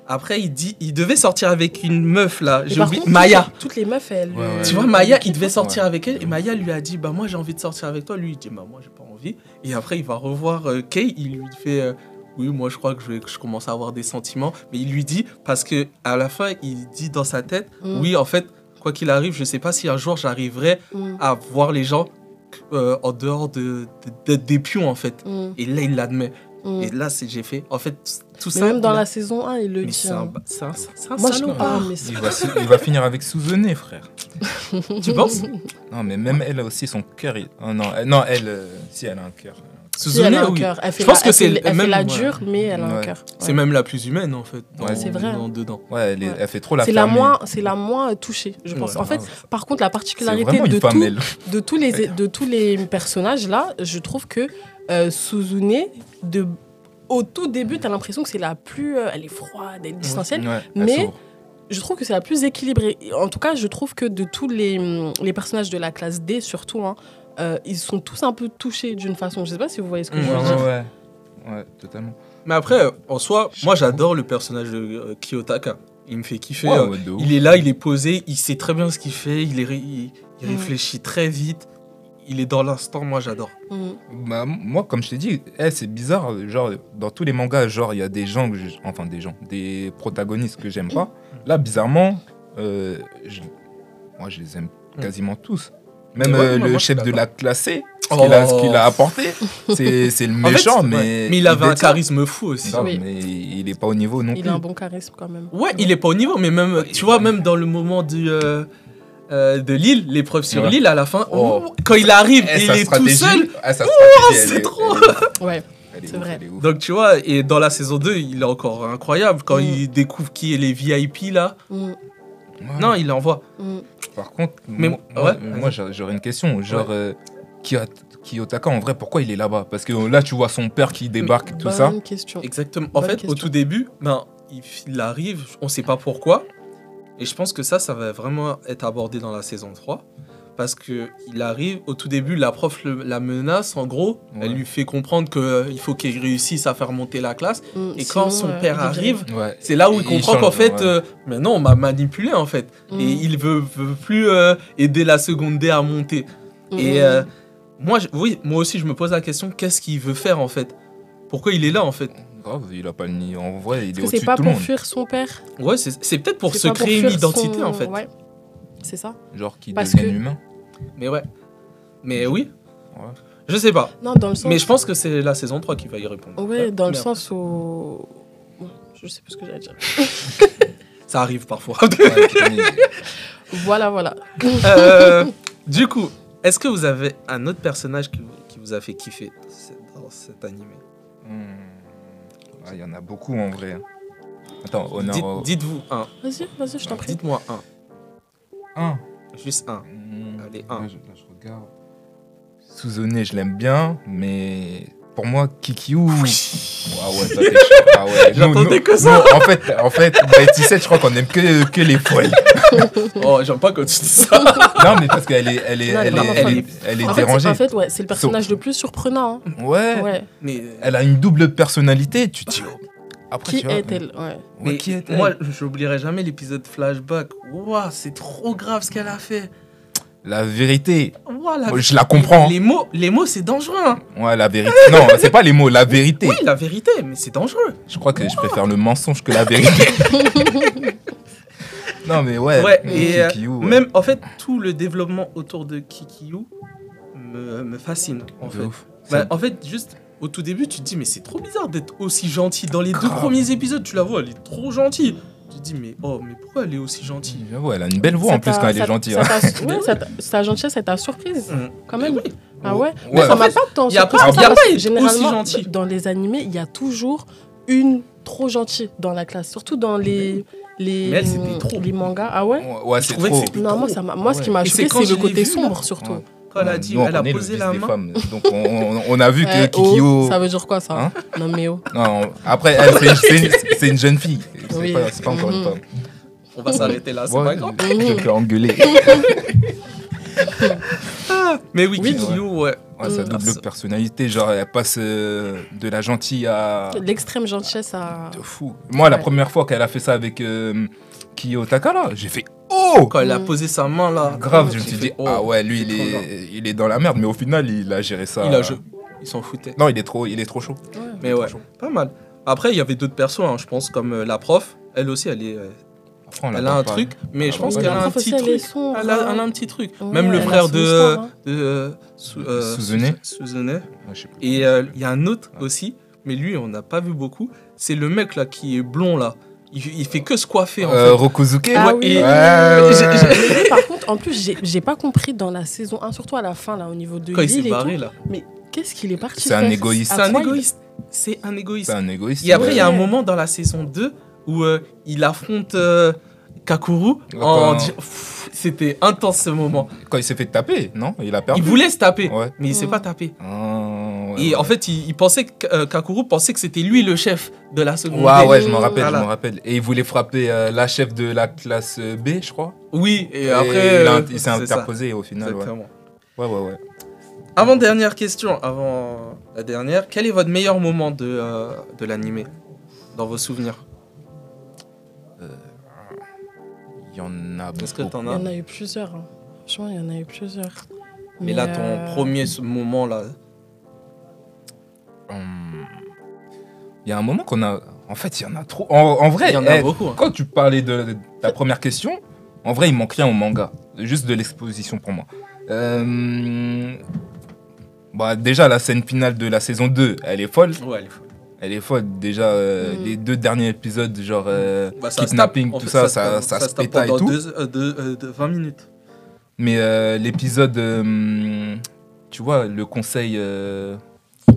S4: après, il dit, il devait sortir avec une meuf, là.
S6: Mais
S4: J'ai
S6: par
S4: oublié.
S6: contre,
S4: Maya.
S6: Toutes, toutes les meufs, elles.
S5: Ouais,
S6: euh,
S5: ouais.
S4: Tu vois, Maya, il devait
S6: Ouais.
S4: sortir avec elle. Et Maya lui a dit, bah, moi, j'ai envie de sortir avec toi. Lui, il dit, bah, moi, j'ai pas envie. Et après, il va revoir euh, Kay. Il lui fait, euh, oui, moi, je crois que je, vais- que je commence à avoir des sentiments. Mais il lui dit, parce que à la fin, il dit dans sa tête,
S6: Mm.
S4: oui, en fait, quoi qu'il arrive, je sais pas si un jour j'arriverai
S6: Mm,
S4: à voir les gens euh, en dehors de, de- de- des pions, en fait.
S6: mm,
S4: Et là, il l'admet.
S6: mm.
S4: Et là, c'est j'ai fait. En fait, tout
S6: Mais
S4: ça.
S6: même dans
S4: il a-
S6: la saison 1, il le
S4: Mais
S6: dit.
S4: c'est un, hein.
S6: hein.
S4: ba- c'est un- c'est un
S6: Moi, je
S4: salopard.
S6: parle, mais
S5: Il
S6: ça-
S5: va, se- il va finir avec Suzonné, frère.
S4: Tu penses
S5: Non, mais même elle aussi, son cœur. il- oh non, elle, non, elle, euh, si, elle a un cœur.
S6: Si, elle a un
S4: oui.
S6: cœur. Elle fait
S4: Je pense
S6: la-
S4: que
S6: elle
S4: c'est
S6: fait- elle
S4: même-
S6: fait la
S4: ouais.
S6: dure, mais elle a un
S5: Ouais.
S6: cœur. Ouais.
S4: C'est même la plus humaine, en fait.
S5: Ouais,
S4: dans-
S6: c'est vrai.
S4: dans- dedans.
S5: Ouais, elle, est-
S6: Ouais.
S5: elle fait trop la
S6: C'est la
S5: fermée. Ah,
S6: moins, c'est la moins touchée, je pense.
S4: Ouais.
S6: en fait, par contre, la
S5: C'est
S6: particularité
S5: vraiment
S6: de,
S5: une
S6: tout-
S5: femme, elle.
S6: de tous les de tous les personnages là, je trouve que euh, Suzune, de au tout début, t'as l'impression que c'est la plus, euh, elle est froide, elle est distancielle.
S5: Ouais, elle
S6: mais-
S5: s'ouvre.
S6: Je trouve que c'est la plus équilibrée. En tout cas, je trouve que de tous les, hum, les personnages de la classe D, surtout, hein, euh, ils sont tous un peu touchés d'une façon. Je sais pas si vous voyez ce que je
S5: Ouais,
S6: veux dire.
S5: ouais, ouais. Ouais, totalement.
S4: Mais après, euh, en soi, moi, j'adore le personnage de euh, Kiyotaka. Il me fait kiffer.
S5: Ouais,
S4: euh,
S5: ouais, de ouf.
S4: Il est là, il est posé, il sait très bien ce qu'il fait, il, est ré- il- il
S6: Mm.
S4: réfléchit très vite, il est dans l'instant, moi j'adore.
S6: Mm.
S5: Bah, moi, comme je t'ai dit, eh, c'est bizarre. Genre, dans tous les mangas, genre, il y a des gens, que je- enfin des gens, des protagonistes que j'aime pas. Là, bizarrement, euh, je- moi, je les aime quasiment tous. Même
S4: Mm. Ouais,
S5: euh,
S4: moi,
S5: le
S4: moi, je suis
S5: chef de la classée, ce
S4: Oh.
S5: qu'il a, ce qu'il a apporté, c'est c'est le
S4: En fait,
S5: méchant,
S4: ouais.
S5: mais,
S4: Mais il avait un
S5: détient.
S4: charisme fou aussi.
S5: Grave,
S6: Oui.
S5: Mais il est pas au niveau non
S6: Il
S5: plus.
S6: a un bon charisme quand même.
S4: Ouais, il est pas au niveau, mais même, tu vois, même dans le moment du, euh, euh, de l'île, l'épreuve sur
S5: Ouais.
S4: l'île, à la fin,
S5: Oh.
S4: quand il arrive
S5: Eh,
S4: et il
S5: sa
S4: est tout
S5: stratégie-
S4: seul.
S5: ah, sa stratégie, elle
S4: c'est
S5: est-
S4: trop.
S5: elle est ouf,
S6: Ouais.
S5: elle est
S6: C'est
S5: ouf,
S6: vrai.
S5: elle est ouf.
S4: Donc tu vois, et dans la saison 2, il est encore incroyable quand
S6: Mm.
S4: il découvre qui est les VIP là.
S6: Mm,
S5: Ouais.
S4: Non, il envoie.
S6: mm.
S5: Par contre,
S4: Mais
S5: moi,
S4: ouais,
S5: moi-
S4: vas-y.
S5: moi, j'a- j'aurais une question. Genre, euh, Kiyo- Kiyotaka, en vrai, pourquoi il est là-bas Parce que euh, là, tu vois son père qui débarque, tout
S6: Bonne
S5: ça.
S6: question.
S4: Exactement. En
S6: Oh, Bonne
S4: fait, au
S6: question.
S4: tout début, ben, il, il arrive, on sait pas pourquoi. Et je pense que ça, ça va vraiment être abordé dans la saison 3. Parce que il arrive, au tout début, la prof le- la menace, en gros.
S5: Ouais.
S4: Elle lui fait comprendre qu'il faut qu'il réussisse à faire monter la classe.
S6: Mm,
S4: Et
S6: sinon,
S4: quand son
S6: euh,
S4: père
S6: il est viré.
S4: arrive,
S5: Ouais.
S4: c'est là où il,
S5: Il
S4: comprend
S5: change,
S4: qu'en fait,
S5: ouais.
S4: euh, mais non, on m'a manipulé en fait.
S6: Mm.
S4: Et il veut, veut plus euh, aider la seconde D à monter.
S6: Mm,
S4: Et
S6: mm,
S4: euh, moi, je- oui, moi aussi, je me pose la question qu'est-ce qu'il veut faire en fait Pourquoi il est là en fait
S5: Grave, il a pas ni. En vrai, il est,
S6: Est-ce que
S5: au-dessus
S6: c'est
S5: de
S6: pas
S5: tout le
S6: pour
S5: monde.
S6: fuir son père
S4: Ouais, c'est c'est peut-être pour
S6: C'est
S4: se
S6: pas
S4: créer
S6: fuir
S4: une identité
S6: son-
S4: en fait.
S6: Ouais. C'est ça.
S5: Genre, qu'il
S6: Parce
S5: devienne
S6: que-
S5: humain.
S4: Mais ouais. Mais oui.
S5: Ouais.
S4: Je sais pas.
S6: Non, dans le sens.
S4: Mais je pense que c'est la saison 3 qui va y répondre.
S6: Ouais, dans le
S4: Merde.
S6: sens où. Ouais, Je sais pas ce que j'allais dire.
S4: Ça arrive parfois.
S5: Ouais, mais-
S6: Voilà, voilà.
S4: Euh, du coup, est-ce que vous avez un autre personnage qui, vous- qui vous a fait kiffer dans ce- dans cet animé
S5: Hmm. Ouais, Il y en a beaucoup, en vrai. hein. Attends, honneur
S4: Dites-
S5: au-
S4: Dites-vous un.
S6: Vas-y, vas-y, je t'en prie.
S4: Dites-moi un.
S5: Un.
S4: Juste un.
S5: Hmm.
S4: Allez, un.
S5: Là, je, là, je regarde. Souzonné, je l'aime bien, mais pour moi, Kikiou. Ah ouais, toi, t'es chaud. Ah ouais. Nous,
S4: J'attendais
S5: nous-
S4: que ça.
S5: nous, en fait, en fait, bah, tu sais, je crois qu'on aime que, que les poils.
S4: Oh, j'aime pas quand tu dis ça.
S5: Non, mais parce qu'elle est, elle est,
S6: Non, elle est
S5: elle est,
S6: vraiment
S5: elle
S6: folle.
S5: est, elle est
S6: En fait,
S5: dérangée.
S6: c'est- en fait, ouais, c'est le personnage le plus surprenant. hein.
S5: ouais,
S6: Ouais.
S4: Mais,
S5: Elle a une double personnalité. Tu te dis. oh. Après,
S6: Qui
S5: tu vois,
S6: est-elle ouais.
S5: ouais,
S4: mais
S5: qui est-elle
S4: moi, j'oublierai jamais l'épisode flashback. Ouah, c'est trop grave ce qu'elle a fait.
S5: La vérité.
S4: Ouah, la-
S5: Moi, Je la comprends. hein.
S4: Les mots, les mots, c'est dangereux. hein.
S5: Ouais, la vérité. Non, c'est pas les mots, la vérité.
S4: Oui, la vérité, mais c'est dangereux.
S5: Je crois que je préfère le mensonge que la vérité. non, mais ouais.
S4: Ouais,
S5: mais
S4: et euh,
S5: Kikiou, ouais.
S4: même en fait, tout le développement autour de Kikiyu me, me fascine en
S5: De
S4: fait.
S5: ouf.
S4: Bah,
S5: Ça-
S4: en fait, juste au tout début, tu te dis, mais c'est trop bizarre d'être aussi gentil. Dans les deux
S5: Grave.
S4: premiers épisodes, tu la vois, elle est trop gentille. Tu te dis, mais oh, mais pourquoi elle est aussi gentille
S5: J'avoue, elle a une belle voix en
S6: Ça
S5: plus
S6: t'a-
S5: quand elle est
S6: ça-
S5: gentille.
S6: ça
S5: hein.
S6: t'a- ouais, ça t'a- Sa gentillesse, elle t'a surprise.
S4: Mm.
S6: Quand même.
S4: Mais oui.
S6: Ah ouais
S5: Ouais.
S6: Ça
S4: en
S6: m'a
S4: fait,
S6: pas tant
S4: y a
S6: surprise,
S4: pas-
S6: ça,
S4: y a
S6: parce
S4: pas
S6: que
S4: aussi
S6: généralement,
S4: gentil.
S6: d- Dans les animés, il y a toujours une trop gentille dans la classe, surtout dans les les,
S4: Mais elle, c'était trop.
S6: les mangas. Ah ouais
S5: Ouais, ouais,
S4: Je
S5: c'est
S4: trouvais que
S5: trop.
S4: c'était-
S6: Non, moi,
S4: trop.
S6: ça m'a- moi ce qui m'a
S4: Et c'est
S6: choqué,
S4: quand
S6: c'est
S4: je
S6: le
S4: l'ai
S6: côté
S4: vu, là.
S6: sombre surtout.
S5: Ouais.
S4: Quand l'école a dit,
S5: Nous, on
S4: elle a
S5: connaît le
S4: posé
S5: vice
S4: la
S5: des
S4: main.
S5: femmes. Donc, on, on- on a vu que
S6: Eh, oh,
S5: Kikyo.
S6: Ça veut dire quoi ça
S5: Hein
S6: Non mais oh.
S5: Non, après, elle, c'est- c'est c'est une jeune fille. C'est
S6: Oui.
S5: pas, c'est pas encore une
S6: Mhm.
S5: femme.
S4: On va s'arrêter là, c'est
S5: Ouais,
S4: pas grave.
S5: je je me fais engueuler.
S4: Mais oui,
S6: Oui.
S4: Kikyo, ouais.
S5: Ouais, sa
S6: Mm.
S5: double personnalité, genre, elle passe euh, de la gentille à.
S4: Ah.
S6: L'extrême gentillesse à.
S5: de fou. Moi, la
S6: Ouais.
S5: première fois qu'elle a fait ça avec euh, Kiyotaka, là, j'ai fait Oh
S4: Quand elle a
S6: Mm.
S4: posé sa main là,
S5: Grave, je me
S4: j'ai
S5: suis
S4: fait,
S5: dit,
S4: oh,
S5: ah ouais, lui,
S4: c'est
S5: il
S4: trop grave.
S5: est, il est dans la merde, mais au final, il a géré ça.
S4: il a joué. Ils s'en foutaient.
S5: Non, il est trop, il est trop chaud.
S6: Ouais.
S4: Mais ouais,
S5: Franchement.
S4: pas mal. Après, il y avait d'autres persos, hein, je pense, comme euh, la prof. Elle aussi, elle, est, euh,
S5: Après, on
S4: elle
S5: l'a
S4: a
S5: pas
S4: un
S5: parlé.
S4: truc, mais
S5: Ah,
S4: je pense
S5: ouais.
S4: qu'elle a
S5: La
S4: un
S6: prof aussi,
S4: petit
S6: elle est
S4: truc.
S6: sombre,
S4: Elle a,
S6: hein.
S4: elle a un petit truc.
S6: Ouais,
S4: Même le
S6: elle a
S4: frère
S6: son
S4: de,
S6: histoire, hein.
S4: de, euh, Su- euh,
S5: Suzune.
S4: Suzune.
S5: Ouais, je sais plus.
S4: Et euh, il y a un autre aussi, mais lui, on n'a pas vu beaucoup. C'est le mec là qui est blond là. Il, il fait que se coiffer en
S5: Euh,
S4: fait.
S5: Rokuzuke
S6: Ah
S5: ouais.
S6: oui.
S5: Ouais,
S4: Et-
S5: ouais,
S4: j'ai-
S5: ouais.
S6: Mais lui, par contre, en plus, j'ai- j'ai pas compris dans la saison 1, surtout à la fin, là, au niveau de
S4: Quand il s'est
S6: l'île et
S4: barré
S6: tout.
S4: là.
S6: Mais qu'est-ce qu'il est parti
S5: C'est un
S6: faire
S5: égoïste.
S6: À
S4: C'est un
S6: quoi il-
S4: égoïste. C'est un égoïste.
S5: C'est un égoïste.
S4: Et après, il y a un
S6: Ouais.
S4: moment dans la saison 2 où euh, il affronte euh, Kakuru. en
S5: Quand-
S4: di- Pff, C'était intense ce moment.
S5: Quand il s'est fait taper, non Il a perdu.
S4: Il voulait se taper,
S5: Ouais.
S4: mais il s'est
S6: Mm.
S4: pas tapé.
S5: Ah, ouais,
S4: Et en
S5: ouais.
S4: fait, il, il pensait que euh, Kakuru pensait que c'était lui le chef de la seconde.
S5: Ouais,
S4: D.
S5: ouais, je me rappelle,
S4: Voilà.
S5: je me rappelle. Et il voulait frapper euh, la chef de la classe euh, B, je crois.
S4: Oui, et,
S5: Et
S4: après.
S5: il, a-
S4: euh,
S5: il s'est
S4: c'est ça.
S5: interposé au final. Ouais,
S4: Exactement.
S5: ouais, ouais. ouais.
S4: Avant dernière question, avant euh, la dernière, quel est votre meilleur moment de, euh, de l'animé dans vos souvenirs
S5: Il y en a beaucoup.
S4: Est-ce que t'en
S6: Il y
S4: as
S6: en a eu plusieurs. hein. Franchement, il y en a eu plusieurs.
S4: Mais là, ton
S6: euh,
S4: premier moment là.
S5: Hum. Il y a un moment qu'on a. En fait, il y en a trop. En, en vrai,
S4: Il y en a
S5: eh,
S4: beaucoup. hein.
S5: quand tu parlais de, de ta première question, en vrai, il manque rien au manga. Juste de l'exposition pour moi. Euh, Bah, déjà, la scène finale de la saison 2, elle est folle.
S4: Ouais, elle est folle.
S5: Elle est folle. Déjà, euh,
S6: Mm.
S5: les deux derniers épisodes, genre euh,
S4: Bah, ça se
S5: kidnapping,
S4: tape, en
S5: tout
S4: fait,
S5: ça,
S4: tape-
S5: ça, ça, se
S4: tape
S5: péta et
S4: pendant
S5: tout.
S4: deux- euh, deux- euh, de 20 minutes.
S5: Mais euh, l'épisode, euh, tu vois, le conseil, euh,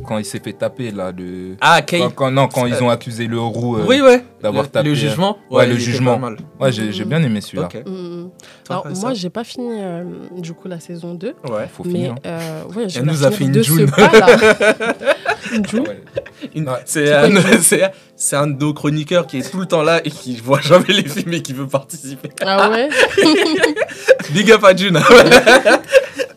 S5: quand il s'est fait taper, là, le.
S4: Ah, Kay.
S5: Quand, quand- non, quand ils ont accusé le roux euh,
S4: oui, ouais.
S5: d'avoir
S4: Le-
S5: tapé.
S4: Le
S5: euh,
S4: jugement.
S5: ouais, le
S4: il était
S5: jugement.
S4: pas mal.
S5: Ouais, j'ai j'ai bien aimé celui-là.
S4: Ok.
S6: hum,
S4: Toi,
S6: Alors,
S4: t'as
S6: moi,
S4: ça
S6: j'ai pas fini, euh, du coup, la saison 2.
S4: Ouais.
S5: Faut
S6: Mais
S5: finir.
S6: euh, ouais, je
S4: Elle
S6: vais
S4: nous
S6: la
S4: a
S6: finir
S4: fait une
S6: de ce
S4: June.
S6: pas, là. Une June.
S5: Ouais.
S4: Une-
S5: Ouais.
S4: C'est un, c'est- c'est un de nos chroniqueurs qui est tout le temps là et qui voit jamais les films et qui veut participer.
S6: Ah ouais
S4: Big up à June.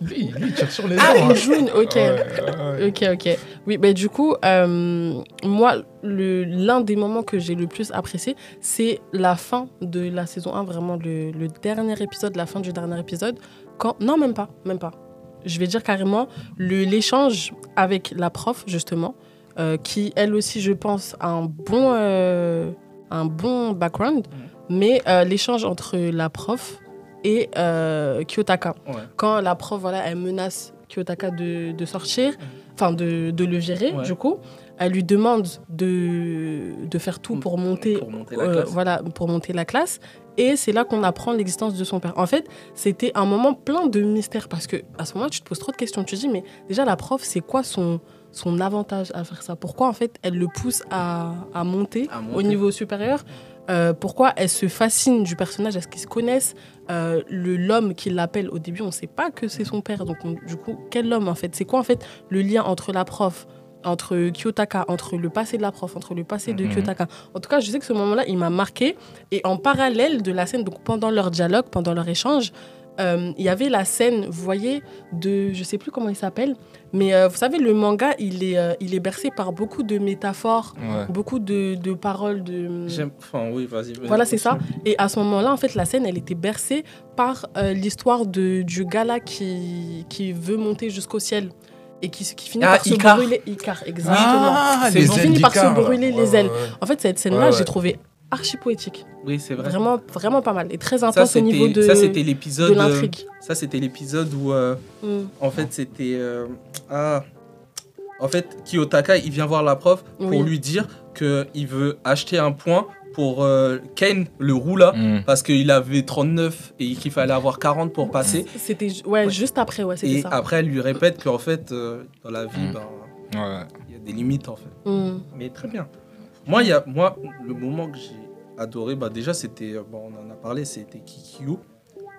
S5: Lui, il tire sur les hein.
S6: Ah, une June, ok. Euh, Ok, ok. Oui, mais du coup, euh, moi, le- l'un des moments que j'ai le plus apprécié, c'est la fin de la saison 1, vraiment le, le dernier épisode, la fin du dernier épisode. Quand... Non, même pas, même pas. Je vais dire carrément le- l'échange avec la prof, justement, euh, qui, elle aussi, je pense, a un bon, euh, un bon background, mais euh, l'échange entre la prof et euh, Kyotaka quand la prof, voilà, elle menace Kiyotaka de, de sortir, enfin de, de le gérer,
S4: Ouais.
S6: du coup, elle lui demande de, de faire tout pour monter,
S4: Mm. Pour monter la
S6: euh,
S4: classe.
S6: voilà, pour monter la classe. Et c'est là qu'on apprend l'existence de son père. En fait, c'était un moment plein de mystères parce que à ce moment-là, tu te poses trop de questions. Tu te dis, mais déjà, la prof, c'est quoi son, son avantage à faire ça Pourquoi, en fait, elle le pousse à, à monter
S4: À
S6: au
S4: monter.
S6: niveau supérieur Euh, pourquoi elle se fascine du personnage Est-ce qu'ils se connaissent Euh, le- L'homme qui l'appelle au début, on ne sait pas que c'est son père. Donc, on- du coup, quel homme en fait C'est quoi en fait le lien entre la prof, entre Kyotaka, entre le passé de la prof, entre le passé de
S5: Mhm.
S6: Kyotaka En tout cas, je sais que ce moment-là, il m'a marqué. Et en parallèle de la scène, donc pendant leur dialogue, pendant leur échange, euh, il y avait la scène, vous voyez, de, je sais plus comment il s'appelle, mais euh, vous savez, le manga, il est, euh, il est bercé par beaucoup de métaphores,
S5: Ouais.
S6: beaucoup de, de paroles, de...
S4: J'aime. Enfin, oui, vas-y. vas-y,
S6: Voilà, c'est ça.
S4: continue.
S6: Et à ce moment-là, en fait, la scène, elle était bercée par euh, l'histoire de- du gars là qui, qui veut monter jusqu'au ciel et qui, qui finit
S4: Ah,
S6: par se
S4: Icar.
S6: brûler. Icar, exactement.
S5: Ah,
S4: C'est
S5: les
S4: bon.
S5: ailes
S6: Fini par se
S5: d'Icar, là.
S6: brûler les
S5: Ouais,
S6: ailes.
S5: ouais, ouais.
S6: En fait, cette scène-là,
S5: Ouais, ouais.
S6: j'ai trouvé archi poétique.
S4: Oui, c'est vrai.
S6: Vraiment, vraiment pas mal. Et très
S4: Ça,
S6: intense au niveau
S4: c'était ça,
S6: de,
S4: c'était
S6: de
S4: l'épisode. euh,
S6: l'intrigue.
S4: Ça, c'était l'épisode où. euh,
S6: Mm.
S4: En fait, c'était. euh, ah. En fait, Kiyotaka, il vient voir la prof pour
S6: Oui.
S4: lui dire qu'il veut acheter un point pour euh, Ken, le roux là,
S5: Mm.
S4: parce qu'il avait 39 et qu'il fallait avoir 40 pour passer.
S6: C'était ju- ouais,
S4: Ouais.
S6: juste après, ouais, c'était
S4: Et
S6: ça.
S4: après, elle lui répète qu'en fait, euh, dans la vie,
S5: Mm.
S4: ben,
S5: Ouais.
S4: il y a des limites en fait.
S6: Mm.
S4: Mais très bien. Moi, il y a, moi le moment que j'ai adoré, bah, déjà, c'était. euh, Bon, on en a parlé, c'était Kikyo,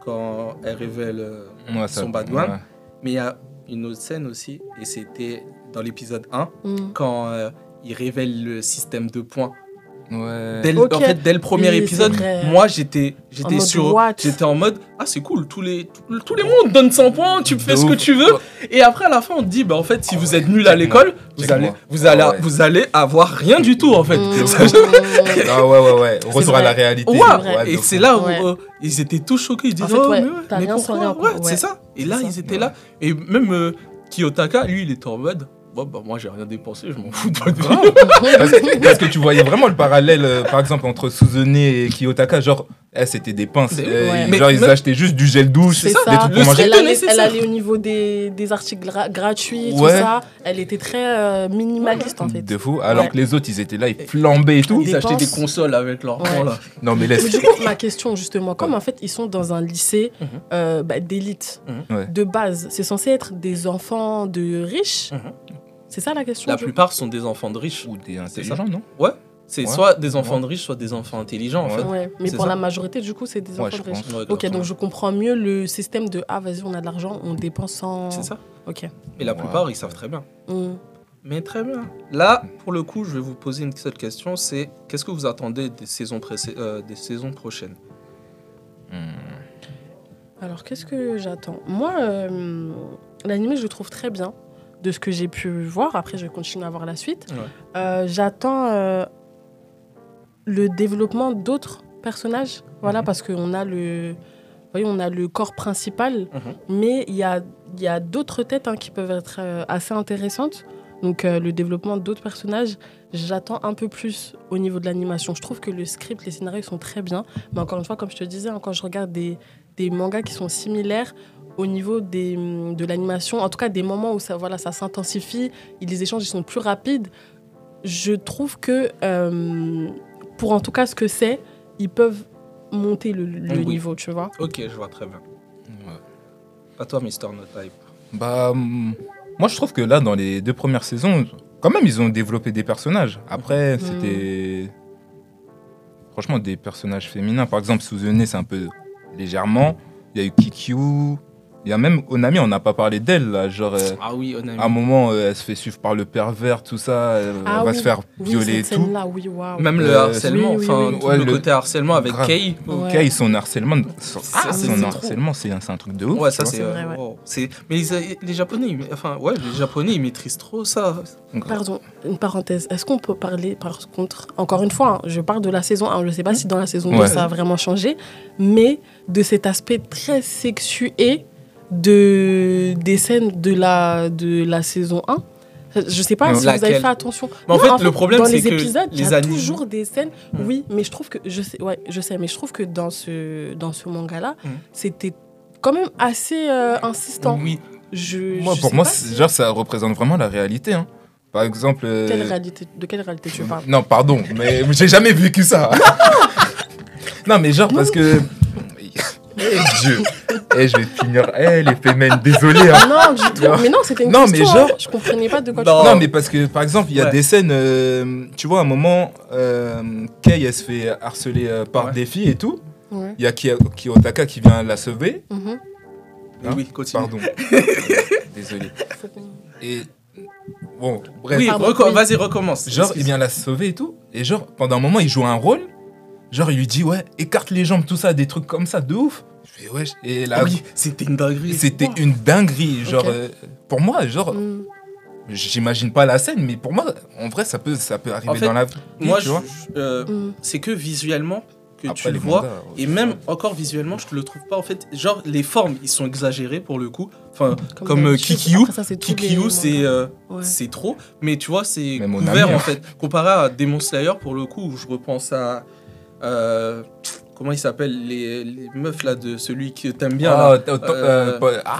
S4: quand elle révèle. euh,
S5: Ouais, ça-
S4: Son background.
S5: ouais.
S4: Mais il y a une autre scène aussi, et c'était dans l'épisode 1,
S6: Hmm.
S4: quand euh, il révèle le système de points.
S5: Ouais.
S4: Dès le-
S6: Ok.
S4: En fait, dès le premier
S6: Oui,
S4: épisode,
S6: c'est vrai.
S4: moi j'étais
S6: En
S4: j'étais
S6: mode
S4: sur
S6: what
S4: j'étais en mode ah c'est cool tous les tous- tous les mois on te donne 100 points, tu
S5: De
S4: fais ce que
S5: ouf.
S4: tu veux et après à la fin on te dit bah en fait si
S5: Ah
S4: vous
S5: ouais,
S4: êtes nul à
S5: check-moi,
S4: l'école, vous
S5: check-moi.
S4: allez vous allez
S5: Ah ouais.
S4: vous allez avoir rien du tout en fait.
S6: Mm.
S4: Ça, je-
S6: Mm.
S5: Ah ouais, ouais, ouais. Retour à
S6: vrai.
S5: la réalité.
S4: Ouais,
S6: vrai.
S5: de
S4: et
S5: fou.
S4: c'est là où
S6: Ouais.
S4: euh, ils étaient tous choqués, ils
S6: En
S4: disaient
S6: fait,
S4: oh
S6: ouais,
S4: mais, ouais,
S6: t'as
S4: mais
S6: rien sans
S4: pourquoi
S6: rien, quoi.
S4: Ouais,
S6: Ouais.
S4: c'est ça. Et là
S6: C'est
S4: ils
S6: ça.
S4: étaient là et même euh, Kiyotaka lui il était en mode bon bah moi j'ai rien dépensé, je m'en fous de votre vie.
S5: Parce que, parce que tu voyais vraiment le parallèle, euh, par exemple, entre Suzune et Kiyotaka. Genre, eh, c'était des pinces.
S4: C'est-
S5: euh,
S6: Ouais.
S5: Genre,
S4: Mais-
S5: ils
S4: mais-
S5: achetaient juste du gel douche,
S6: C'est
S5: des
S6: ça.
S5: trucs
S4: Le
S5: pour manger.
S4: seul-
S6: elle,
S4: tout
S6: allait,
S4: nécessaire.
S6: elle allait au niveau des, des articles gra- gratuits, tout
S5: Ouais.
S6: ça. Elle était très euh, minimaliste en fait.
S5: De fou. Alors
S6: Ouais.
S5: que les autres, ils étaient là, ils flambaient et tout.
S4: Ils achetaient des
S6: Dépenses.
S4: consoles avec leur
S6: Ouais.
S4: points là.
S5: Non, mais laisse.
S6: Mais du coup, ma question justement, comme en fait ils sont dans un lycée
S4: Mhm.
S6: euh, bah, d'élite,
S4: Mhm.
S5: Ouais.
S6: de base, c'est censé être des enfants de riches
S4: Mhm.
S6: C'est ça la question
S4: La
S6: du-
S4: plupart sont des enfants de riches.
S5: Ou
S4: C'est
S5: des
S4: ça.
S5: intelligents, non
S4: C'est
S5: Ouais.
S4: soit des enfants de riches, soit des enfants intelligents, en
S5: Ouais.
S4: fait.
S6: Ouais, mais
S4: C'est
S6: pour
S4: ça.
S6: la majorité, du coup, c'est des
S5: Ouais,
S6: enfants
S5: je
S6: de riches.
S5: pense.
S4: Ouais,
S6: Ok,
S4: exactement.
S6: donc je comprends mieux le système de ah vas-y on a de l'argent, on dépense sans.
S4: C'est ça.
S6: Ok.
S4: Et la
S5: Ouais.
S4: plupart, ils savent très bien.
S6: Mhm.
S4: Mais très bien. Là, pour le coup, je vais vous poser une seule question, c'est qu'est-ce que vous attendez des saisons, précé- euh, des saisons prochaines
S5: Hum,
S6: Alors qu'est-ce que j'attends Moi, euh, l'anime, je le trouve très bien de ce que j'ai pu voir. Après, je vais continuer à voir la suite.
S4: Ouais.
S6: Euh, j'attends euh, le développement d'autres personnages. Voilà, parce qu'on a le. vous voyez, on a le corps principal, mais il y a, il y a d'autres têtes hein, qui peuvent être euh, assez intéressantes. Donc euh, le développement d'autres personnages, j'attends un peu plus au niveau de l'animation. Je trouve que le script, les scénarios sont très bien. Mais encore une fois, comme je te disais, hein, quand je regarde des, des mangas qui sont similaires au niveau des, hum, de l'animation, en tout cas des moments où ça, voilà, ça s'intensifie, et les échanges ils sont plus rapides, je trouve que euh, pour en tout cas ce que c'est, ils peuvent monter le, le
S4: Oui.
S6: niveau, tu vois.
S4: Ok, je vois très bien.
S5: Ouais.
S4: À toi, Mister No Type.
S5: Bah, hum, moi je trouve que là, dans les deux premières saisons, quand même, ils ont développé des personnages. Après, c'était. Franchement, des personnages féminins. Par exemple, Suzune, c'est un peu légèrement. Il y a eu Kikyu. Il y a même Onami, on n'a pas parlé d'elle, là. Genre, euh,
S4: Ah oui, on
S5: à un moment, euh, elle se fait suivre par le pervers, tout ça. euh,
S6: Ah
S5: elle va
S6: oui.
S5: se faire violer et
S6: cette
S5: tout.
S6: scène-là, oui, waouh.
S4: Même le
S5: Euh,
S4: harcèlement,
S6: oui, oui,
S4: enfin,
S6: oui.
S4: tout
S5: Ouais,
S4: le
S5: le-
S4: côté harcèlement avec
S5: Grave.
S4: Kay.
S6: Ouais.
S5: Ok, ils sont harcèlement. Son,
S4: Ça,
S5: ah,
S4: c'est-
S5: son
S4: c'est trop.
S5: harcèlement, c'est un, c'est un truc de ouf.
S4: Ouais,
S5: tu
S4: ça
S5: vois.
S4: c'est.
S6: c'est
S4: euh,
S6: vrai, ouais.
S4: wow. C'est- Mais les, les Japonais, ils- enfin, ouais, les Japonais, ils maîtrisent trop ça.
S6: Pardon, une parenthèse. Est-ce qu'on peut parler, par contre, encore une fois, hein, je parle de la saison 1, je ne sais pas si dans la saison 2
S5: Ouais.
S6: ça a vraiment changé, mais de cet aspect très sexué de, des scènes de la, de la saison 1. Je sais pas
S5: Non.
S6: si vous
S4: Laquelle
S6: avez fait attention.
S4: Mais en fait,
S6: Non,
S4: le problème,
S6: dans
S4: c'est
S6: les
S4: que
S6: épisodes, il y
S4: les
S6: a
S4: animes-
S6: toujours des scènes.
S4: Mm.
S6: Oui, mais je trouve que je sais, ouais, je sais, mais je trouve que dans ce dans ce manga-là,
S4: Mm.
S6: c'était quand même assez euh, insistant.
S4: Oui,
S6: Je,
S5: Moi,
S6: je
S5: pour
S6: sais
S5: moi,
S6: pas
S5: c'est-
S6: si-
S5: genre, ça représente vraiment la réalité. hein. Par exemple. euh,
S6: Quelle réalité, de quelle réalité tu parles
S5: Hein? Non, pardon, mais j'ai jamais vécu ça. non, mais genre parce que. Eh Dieu. Eh, je vais finir. Eh, les femmes, désolé. hein.
S6: Non, du tout.
S5: Non.
S6: Mais non, c'était une
S5: Non,
S6: question.
S5: mais genre-
S6: hein. Je comprenais pas de quoi
S4: Non.
S6: tu
S5: Non, mais parce que par exemple, il y a
S4: Oh. Ouais.
S5: des scènes. euh, tu vois, à un moment, euh, Kei, elle se fait harceler euh, par
S4: Ouais.
S5: des filles et tout.
S6: parlais. Ouais.
S5: Il y a Ki- Kiyotaka qui vient la sauver.
S6: Mhm.
S5: Hein
S4: oui, continue.
S5: Pardon. désolé. Et. Bon, bref.
S4: Oui,
S6: Pardon,
S4: reco-
S6: oui.
S4: vas-y, recommence.
S5: Genre, eh il
S4: Excuse-
S5: vient la sauver et tout. Et genre, pendant un moment, il joue un rôle. Genre, il lui dit, ouais, écarte les jambes, tout ça, des trucs comme ça, de ouf. Je fais, wesh. Et là,
S4: Ah Oui, c'était une dinguerie.
S5: euh, c'était une dinguerie. Genre,
S6: Ok.
S5: euh, pour moi, genre,
S6: Mm.
S5: j'imagine pas la scène, mais pour moi, en vrai, ça peut, ça peut arriver
S4: En fait,
S5: dans la vie.
S4: Moi,
S5: tu
S4: je-
S5: vois.
S4: je- euh,
S6: Mm.
S4: c'est que visuellement que
S5: Après,
S4: tu le
S5: les
S4: vois.
S5: mangas, ouais.
S4: Et même encore visuellement, je te le trouve pas en fait. Genre, les formes, ils sont exagérés pour le coup. Enfin, comme, euh,
S6: d'habitude.
S4: Kikiyu.
S6: Après, ça, c'est tous les
S4: Kikiyu, c'est
S6: mangas.
S4: euh,
S6: Ouais.
S4: c'est trop. Mais tu vois, c'est
S5: Même mon
S4: ouvert
S5: ami,
S4: en
S5: hein.
S4: fait. Comparé à Demon Slayer, pour le coup, où je repense à. euh, comment il s'appelle les, les meufs là de celui que t'aimes bien
S5: Ah,
S4: là.
S5: t- t-
S4: Euh,
S5: euh, pas- ah,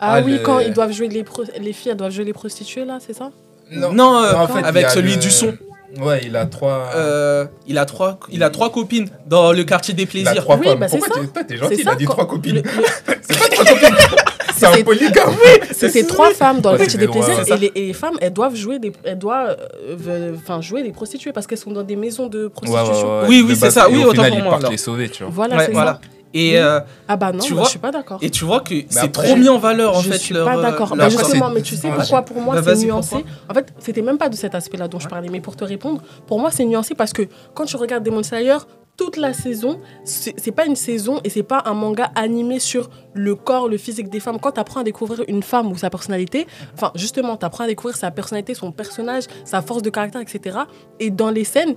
S6: Ah
S5: Ah,
S6: oui,
S5: le-
S6: quand ils doivent jouer les, pro- les filles, elles doivent jouer les prostituées là, c'est ça
S4: Non,
S5: non.
S4: euh,
S5: en fait, il
S4: avec
S5: y a
S4: celui
S5: le- Ah.
S4: du son.
S5: Ouais, il a trois.
S4: Euh, il a trois il a trois copines dans le quartier des
S5: il a
S4: plaisirs.
S5: trois
S6: Oui,
S5: femmes.
S6: bah, c'est
S5: Pourquoi
S6: ça.
S5: t'es- toi, t'es
S6: C'est
S5: gentil, il
S6: ça,
S5: a dit
S6: quand-
S5: trois copines.
S6: le- le-
S5: C'est pas trois copines. C'est un
S6: C'était-
S5: polygame.
S6: C'était trois femmes dans le
S5: Ouais,
S6: quartier
S5: mais
S6: des plaisirs
S5: ouais,
S6: et, les, et les femmes, elles doivent jouer des, elles doivent, euh, ve- enfin, jouer des prostituées parce qu'elles sont dans des maisons de
S5: Ouais, ouais,
S6: prostitution.
S5: ouais.
S4: Oui, oui,
S5: De
S4: c'est
S5: base,
S4: ça.
S5: et
S4: Oui,
S5: au
S4: autant
S5: final,
S4: pour
S5: ils
S4: moi,
S5: partent
S4: alors.
S5: les sauver, tu vois.
S6: Voilà,
S4: Ouais,
S6: c'est
S4: voilà.
S6: ça.
S4: Et,
S6: Oui.
S4: euh,
S6: Ah bah non,
S4: Tu
S6: moi,
S4: vois-
S6: je suis pas d'accord.
S4: et tu vois que c'est
S5: après-
S4: trop mis en valeur, en
S6: je
S4: fait.
S6: suis
S4: leur,
S6: pas
S4: euh,
S6: d'accord.
S4: leur
S6: Bah,
S5: après,
S4: corps.
S6: justement,
S5: c'est-
S6: mais tu sais
S5: Ouais.
S6: pourquoi pour moi
S4: Bah,
S6: c'est
S4: vas-y,
S6: nuancé En fait, c'était même pas de cet aspect-là dont je parlais, mais pour te répondre, pour moi c'est nuancé parce que quand tu regardes Demon Slayer, toute la saison, c'est c'est pas une saison et c'est pas un manga animé sur le corps, le physique des femmes. Quand tu apprends à découvrir une femme ou sa personnalité, enfin justement, tu apprends à découvrir sa personnalité, son personnage, sa force de caractère, etc. Et dans les scènes,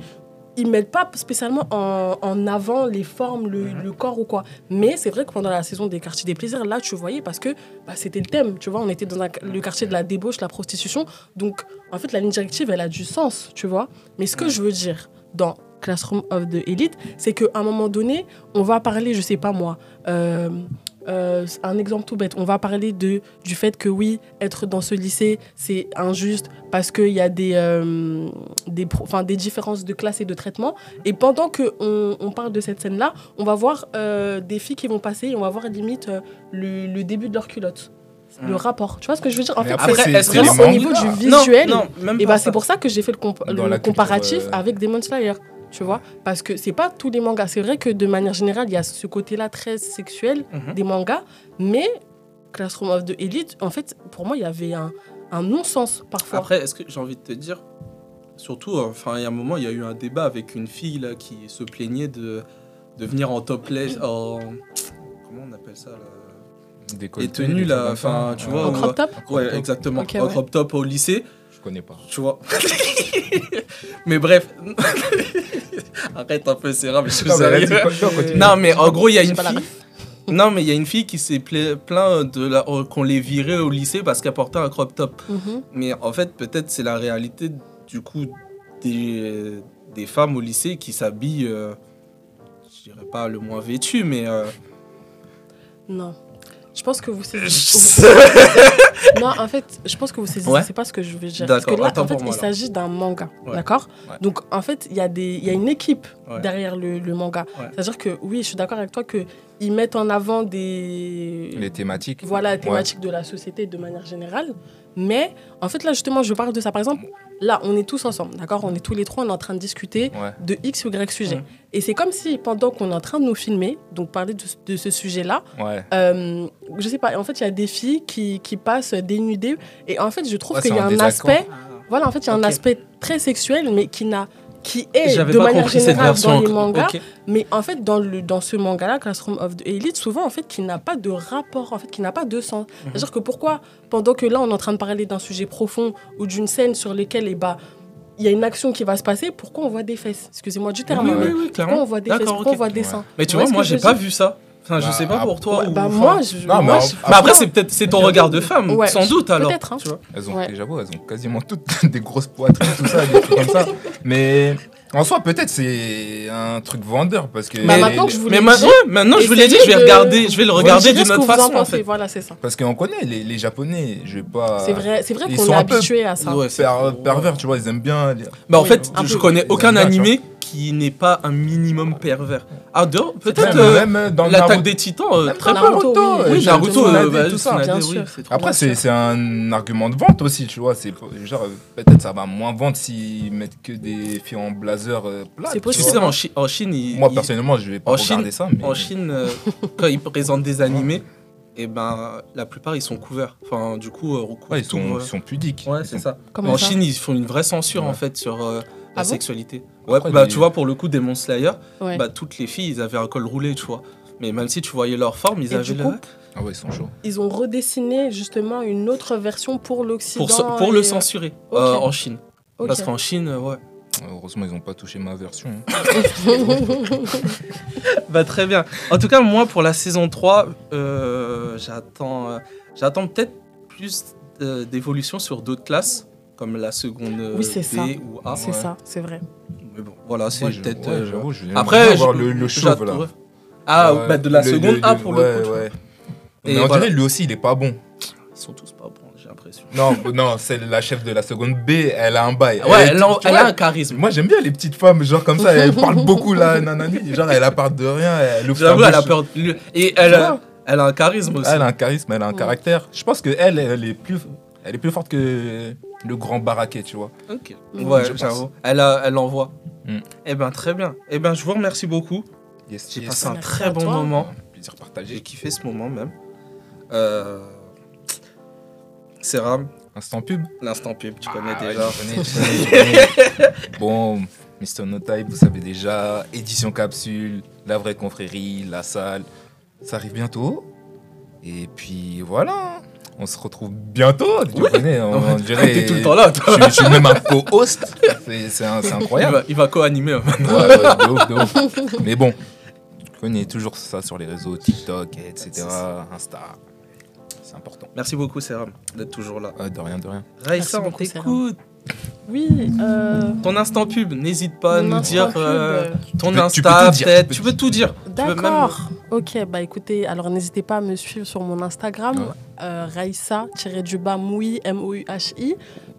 S6: ils mettent pas spécialement en, en avant les formes, le, le corps ou quoi. Mais c'est vrai que pendant la saison des quartiers des plaisirs, là, tu voyais parce que bah, c'était le thème. Tu vois, on était dans un- le quartier de la débauche, la prostitution. Donc, en fait, la ligne directive, elle a du sens, tu vois. Mais ce que je veux dire dans Classroom of the Elite, c'est qu'à un moment donné, on va parler, je sais pas moi, euh, euh, un exemple tout bête, on va parler de, du fait que oui, être dans ce lycée, c'est injuste parce qu'il y a des, euh, des, pro- enfin, des différences de classe et de traitement. Et pendant qu'on on parle de cette scène-là, on va voir euh, des filles qui vont passer et on va voir limite euh, le, le début de leur culotte. Le
S4: Mm.
S6: rapport. Tu vois ce que je veux dire En fait,
S5: après,
S6: c'est-
S5: c'est-
S4: est-ce
S5: c'est
S4: que
S5: les
S4: c'est
S5: mangas.
S6: au niveau du
S4: Non,
S6: visuel,
S4: non, même
S6: et
S4: pas
S6: bah
S4: ça.
S6: c'est pour ça que j'ai fait le, comp-
S5: Dans
S6: le
S5: la culture,
S6: comparatif
S5: euh,
S6: avec Demon Slayer. Tu vois Parce que c'est pas tous les mangas. C'est vrai que de manière générale, il y a ce côté-là très sexuel
S4: Mhm.
S6: des mangas, mais Classroom of the Elite, en fait, pour moi, il y avait un, un non-sens parfois.
S4: Après, est-ce que j'ai envie de te dire, surtout, euh, enfin, il y a un moment, il y a eu un débat avec une fille là, qui se plaignait de, de venir en topless, en. Comment on appelle ça là
S5: Décolleté,
S4: Les tenues,
S5: des trucs
S4: là,
S5: comme ça.
S4: enfin, tu
S5: Ouais.
S4: vois,
S6: en
S4: euh,
S6: crop top
S4: Ouais, exactement.
S6: Ok,
S4: en
S6: ouais.
S4: crop top au lycée,
S5: Je connais pas.
S4: tu vois. mais bref. Arrête un peu, Sarah, mais je suis
S5: Non,
S4: sérieux.
S5: mais vas-y, continue,
S6: Euh,
S5: continue.
S4: Non, mais en gros, il y a
S6: J'ai
S4: une
S6: pas la
S4: fille. Non, mais il y a une fille qui s'est pla- plaint de la... euh, qu'on les virait au lycée parce qu'elle portait un crop top.
S6: Mhm.
S4: Mais en fait, peut-être c'est la réalité du coup des, des femmes au lycée qui s'habillent, euh, je dirais pas le moins vêtues, mais euh,
S6: Non. Je pense que vous saisissez.
S4: je-
S6: non, en fait, je pense que vous saisissez
S4: Ouais.
S6: c'est pas ce que je veux dire. Parce que
S4: D'accord,
S6: là,
S4: attends
S6: en fait,
S4: pour moi,
S6: il
S4: là.
S6: s'agit d'un manga,
S4: Ouais.
S6: d'accord
S5: Ouais.
S6: Donc, en fait, il y, a des- il y a une équipe
S4: Ouais.
S6: derrière le, le manga.
S4: Ouais.
S6: C'est-à-dire que, oui, je suis d'accord avec toi que ils mettent en avant des...
S5: Les thématiques.
S6: voilà, la
S5: Ouais.
S6: thématique de la société de manière générale. Mais, en fait, là, justement, je parle de ça. Par exemple, là, on est tous ensemble, d'accord On est tous les trois, on est en train de discuter
S5: Ouais.
S6: de X ou Y sujet.
S4: Ouais.
S6: Et c'est comme si, pendant qu'on est en train de nous filmer, donc parler de, ce- de ce sujet-là,
S5: Ouais.
S6: euh, je sais pas, en fait, il y a des filles qui, qui passent dénudées. Et en fait, je trouve
S5: Ouais,
S6: qu'il y
S5: c'est
S6: a
S5: un
S6: un
S5: désaccord.
S6: aspect. Voilà, en fait, il y a
S4: Ok.
S6: un aspect très sexuel, mais qui n'a qui est
S4: J'avais
S6: de
S4: pas
S6: manière
S4: compris cette
S6: générale
S4: version.
S6: dans les mangas,
S4: Ok.
S6: mais en fait dans le dans ce manga-là, Classroom of the Elite, souvent en fait qui n'a pas de rapport, en fait qui n'a pas de sens.
S4: Mhm.
S6: C'est-à-dire que pourquoi pendant que là on est en train de parler d'un sujet profond ou d'une scène sur laquelle eh ben, il y a une action qui va se passer, pourquoi on voit des fesses Excusez-moi du terme.
S4: Oui, oui,
S6: mais
S4: oui,
S6: Pourquoi on
S4: clairement.
S6: voit des fesses
S4: D'accord,
S6: Pourquoi
S4: ok.
S6: on voit des
S5: Ouais.
S6: seins
S4: Mais tu
S6: Vous
S4: vois,
S6: voyez
S4: moi,
S6: ce que
S4: j'ai
S6: je veux
S4: pas
S6: dire
S4: vu ça. Enfin, je
S5: Bah,
S4: sais pas pour toi.
S6: Ouais,
S4: ou-
S6: bah,
S4: enfin,
S6: moi, je,
S5: Non, mais
S6: moi,
S5: en-
S6: je-
S4: mais après,
S6: franchement,
S4: c'est peut-être c'est ton regard de femme,
S6: Ouais,
S4: sans doute alors.
S6: peut-être, hein.
S4: tu vois.
S5: Elles ont,
S6: Ouais.
S5: J'avoue, elles ont quasiment toutes des grosses poitrines, tout ça, des trucs comme ça. Mais en soi, peut-être c'est un truc vendeur parce que.
S6: Bah,
S5: les-
S6: maintenant que
S5: les-
S6: je vous
S4: Mais
S6: l'ai
S4: ma-
S6: dit,
S4: ouais, maintenant, je vous l'ai dit,
S6: essayez
S4: je vais
S6: de-
S4: regarder, je vais le
S6: vous
S4: regarder
S6: direz ce
S4: d'une
S6: que
S4: autre
S6: vous en
S4: façon en
S6: pensez.
S4: fait.
S6: Voilà, c'est ça.
S5: Parce qu'on connaît les, les Japonais, je vais pas.
S6: C'est vrai, c'est vrai
S5: Ils
S6: qu'on
S5: sont
S6: est
S5: un peu-
S6: habitué à ça.
S4: Ouais, c'est-
S5: Per- pervers, tu vois, ils aiment bien. les-
S4: Bah en
S6: Oui,
S4: fait,
S6: un
S4: je
S6: peu.
S4: connais
S5: Ils
S4: aucun
S5: aiment bien, tu vois.
S4: animé qui n'est pas un minimum pervers. Ah dehors, peut-être
S5: Même,
S4: euh,
S5: même dans
S4: l'attaque
S5: Naruto.
S4: des Titans, euh,
S5: Même
S4: très
S5: dans
S4: peu.
S5: Naruto,
S6: Naruto,
S5: euh,
S4: Oui,
S5: Naruto,
S4: Naruto,
S5: Tsunade
S4: euh,
S5: et
S4: bah,
S5: tout ça.
S4: Tsunade,
S6: bien
S4: oui,
S6: sûr.
S4: c'est trop
S5: Après,
S4: bien.
S5: c'est c'est un argument de vente aussi, tu vois. C'est pas- genre euh, peut-être ça va moins vendre s'ils mettent que des filles en blazer euh, plat.
S6: C'est
S5: tu
S4: tu
S6: possible.
S5: vois.
S4: sais, en, Chi- en Chine, ils,
S5: Moi
S4: ils-
S5: personnellement, je vais pas
S4: En
S5: regarder
S4: Chine-
S5: ça, mais
S4: en Chine, euh, quand ils présentent des animés, et ben la plupart ils sont couverts. Enfin, du coup, euh, recouvrent
S5: ouais, ils sont,
S4: tout, euh.
S5: ils sont pudiques.
S4: Ouais,
S5: Ils
S4: c'est
S5: sont-
S4: ça.
S6: Comment
S4: en
S6: ça
S4: Chine, ils font une vraie censure
S5: Ouais.
S4: en fait sur euh, la
S6: Ah bon
S4: sexualité. Ouais,
S5: Après,
S4: bah
S5: les-
S4: tu vois, pour le coup, Demon Slayer,
S6: Ouais.
S4: bah toutes les filles, ils avaient un col roulé, tu vois. Mais même si tu voyais leur forme, ils
S6: Et
S4: avaient
S6: du
S4: le.
S6: coup,
S5: Ah ouais, ils sont chauds.
S6: Ils ont redessiné justement une autre version pour l'Occident.
S4: Pour, ce- pour le
S6: et-
S4: censurer euh,
S6: ok.
S4: en Chine.
S6: Ok.
S4: Parce qu'en Chine, euh, ouais.
S5: Heureusement, ils ont pas touché ma version. hein.
S4: Ah, Bah très bien. En tout cas, moi pour la saison 3, euh, j'attends, euh, j'attends peut-être plus euh, d'évolution sur d'autres classes, comme la seconde euh,
S6: Oui, c'est
S4: B
S6: ça.
S4: ou A.
S6: c'est ça, c'est vrai.
S4: Mais bon, voilà, c'est
S5: Ouais, je-
S4: peut-être.
S5: ouais,
S4: euh,
S5: j'avoue, je vais
S4: Après,
S5: bien
S4: je-
S5: voir le, le chauve
S4: j'attends-
S5: là.
S4: ouais. Ah,
S5: Ouais,
S4: bah, de la
S5: le-
S4: seconde
S5: le-
S4: A pour le,
S5: ouais,
S4: coup.
S5: ouais.
S4: Et
S5: Mais on
S4: voilà.
S5: dirait lui aussi, il est pas bon.
S4: Ils sont tous pas bons, j'ai l'impression.
S5: Non, non, c'est la chef de la seconde B, elle a un bail.
S4: Ouais, elle, en-
S5: tu
S4: elle
S5: vois,
S4: a un charisme.
S5: Moi j'aime bien les petites femmes, genre comme ça, elles parlent beaucoup là, nanani, genre elle a part de rien, elle ouvre sa
S4: J'avoue, elle a
S5: bouche.
S4: peur de lui. Et elle,
S5: Tu vois
S4: a- elle a un charisme
S6: Ah,
S4: aussi.
S5: Elle a un charisme, elle a un
S6: Ouais.
S5: caractère. Je pense que elle, elle est plus, elle est plus forte que le grand baraquet, tu vois.
S4: Ok.
S6: Mm.
S5: Je
S4: Ouais,
S5: pense.
S4: j'avoue. Elle, a- elle envoie.
S5: Mm.
S4: Eh ben, très bien. Eh ben, je vous remercie beaucoup.
S5: Yes,
S4: J'ai
S5: yes.
S4: passé un
S6: Merci
S4: très
S6: à
S4: bon
S6: toi.
S4: moment.
S5: plaisir partagé.
S4: J'ai kiffé ce moment même. Euh... Seram,
S5: Instant pub.
S4: l'instant pub, tu connais
S5: Ah,
S4: déjà.
S5: je connais, je connais, je connais. bon, Mr. No Type, vous savez déjà. Édition capsule, la vraie confrérie, la salle. Ça arrive bientôt. Et puis voilà. On se retrouve bientôt. Tu
S4: Oui.
S5: connais, on, on dirait.
S4: T'es Ah, tout le temps là,
S5: Je,
S4: toi.
S5: suis- je suis même un co-host. C'est- C'est un- c'est
S4: Il
S5: incroyable.
S4: va, il va co-animer. hein.
S5: Ouais, ouais, de ouf, de ouf. Mais bon, tu connais toujours ça sur les réseaux TikTok, etc. Insta. C'est important.
S4: Merci beaucoup, Seram, d'être toujours là.
S5: Ouais, de rien, de rien.
S4: Raïssa, on
S6: beaucoup, Seram.
S4: t'écoute.
S6: Oui, euh,
S4: Ton instant pub, n'hésite pas à
S6: mon
S4: nous
S6: instant
S4: dire
S6: pub,
S4: euh,
S6: euh,
S4: ton
S5: Tu peux- tu peux
S4: Insta,
S5: tout dire,
S4: peut-être.
S5: tu peux
S4: Tu peux tout dire. même-
S6: D'accord. Ok, bah écoutez, alors n'hésitez pas à me suivre sur mon Instagram,
S5: Ouais.
S6: euh, Raissa-du-bas Mouhi, M-O-U-H-I.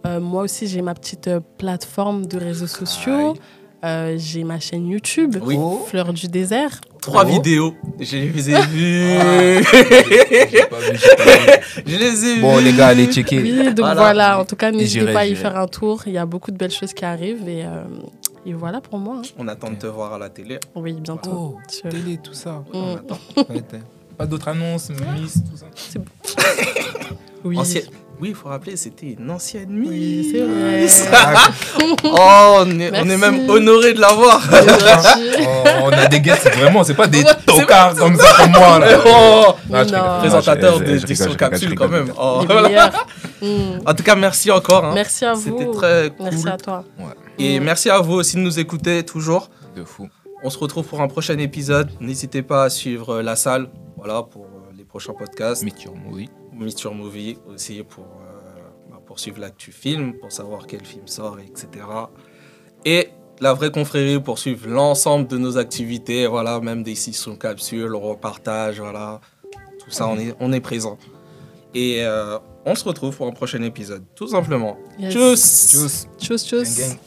S6: Euh, moi aussi, j'ai ma petite euh, plateforme de réseaux sociaux. Euh, j'ai ma chaîne YouTube,
S4: Oui.
S6: Fleur du désert.
S4: Trois
S5: Oh.
S4: vidéos. Je les ai vues.
S5: J'ai pas vu, j'ai pas vu.
S4: Je les ai vues.
S5: Bon, les gars, allez checker.
S6: Oui, donc
S4: Voilà.
S6: voilà, en tout cas, n'hésitez
S5: j'irai,
S6: pas à y
S5: j'irai.
S6: faire un tour. Il y a beaucoup de belles choses qui arrivent et, euh, et voilà pour moi. hein.
S4: On attend de te voir à la télé.
S6: Oui, bientôt.
S5: Oh,
S6: Sur-
S5: télé, tout ça.
S4: On
S6: Mm.
S4: attend.
S5: Ouais, t'as- Pas d'autres annonces, Miss, tout ça.
S6: Oui,
S4: Ancienne- Oui, il faut rappeler, c'était une ancienne
S6: Oui,
S4: Miss.
S6: c'est vrai.
S5: Ah,
S4: Oh, on est, on est
S6: Merci.
S4: même honoré de l'avoir.
S6: Merci.
S5: oh, on a des guests, vraiment, c'est pas des
S4: Ouais, c'est
S5: tocards comme ça comme moi. Là.
S4: Oh,
S5: Non, je
S6: Non.
S5: rigole.
S4: présentateur
S5: je- je-
S4: de
S5: je
S4: Diction
S5: rigole, je rigole,
S4: Capsule
S5: je
S4: quand
S5: rigole.
S4: même. Oh,
S6: Les
S4: voilà.
S6: meilleurs. Mm.
S4: En tout cas, merci encore. hein.
S6: Merci à vous.
S4: C'était très cool.
S6: Merci à toi.
S5: Ouais.
S4: Et
S6: Mm.
S4: merci à vous aussi de nous écouter toujours.
S5: De fou.
S4: On se retrouve pour un prochain épisode. N'hésitez pas à suivre euh, la salle. Voilà pour euh, les prochains podcasts.
S5: Meet your movie.
S4: Mr Movie aussi pour euh, bah, pour suivre l'actu film, pour savoir quel film sort, etc. Et la vraie confrérie pour suivre l'ensemble de nos activités, voilà, même des sessions capsules, on repartage, voilà, tout ça, on est, on est présent. Et euh, on se retrouve pour un prochain épisode, tout simplement.
S6: Yes.
S4: Tchuss
S5: Tchuss.
S6: Tchuss,
S5: Gang,
S6: tchuss.
S5: gang.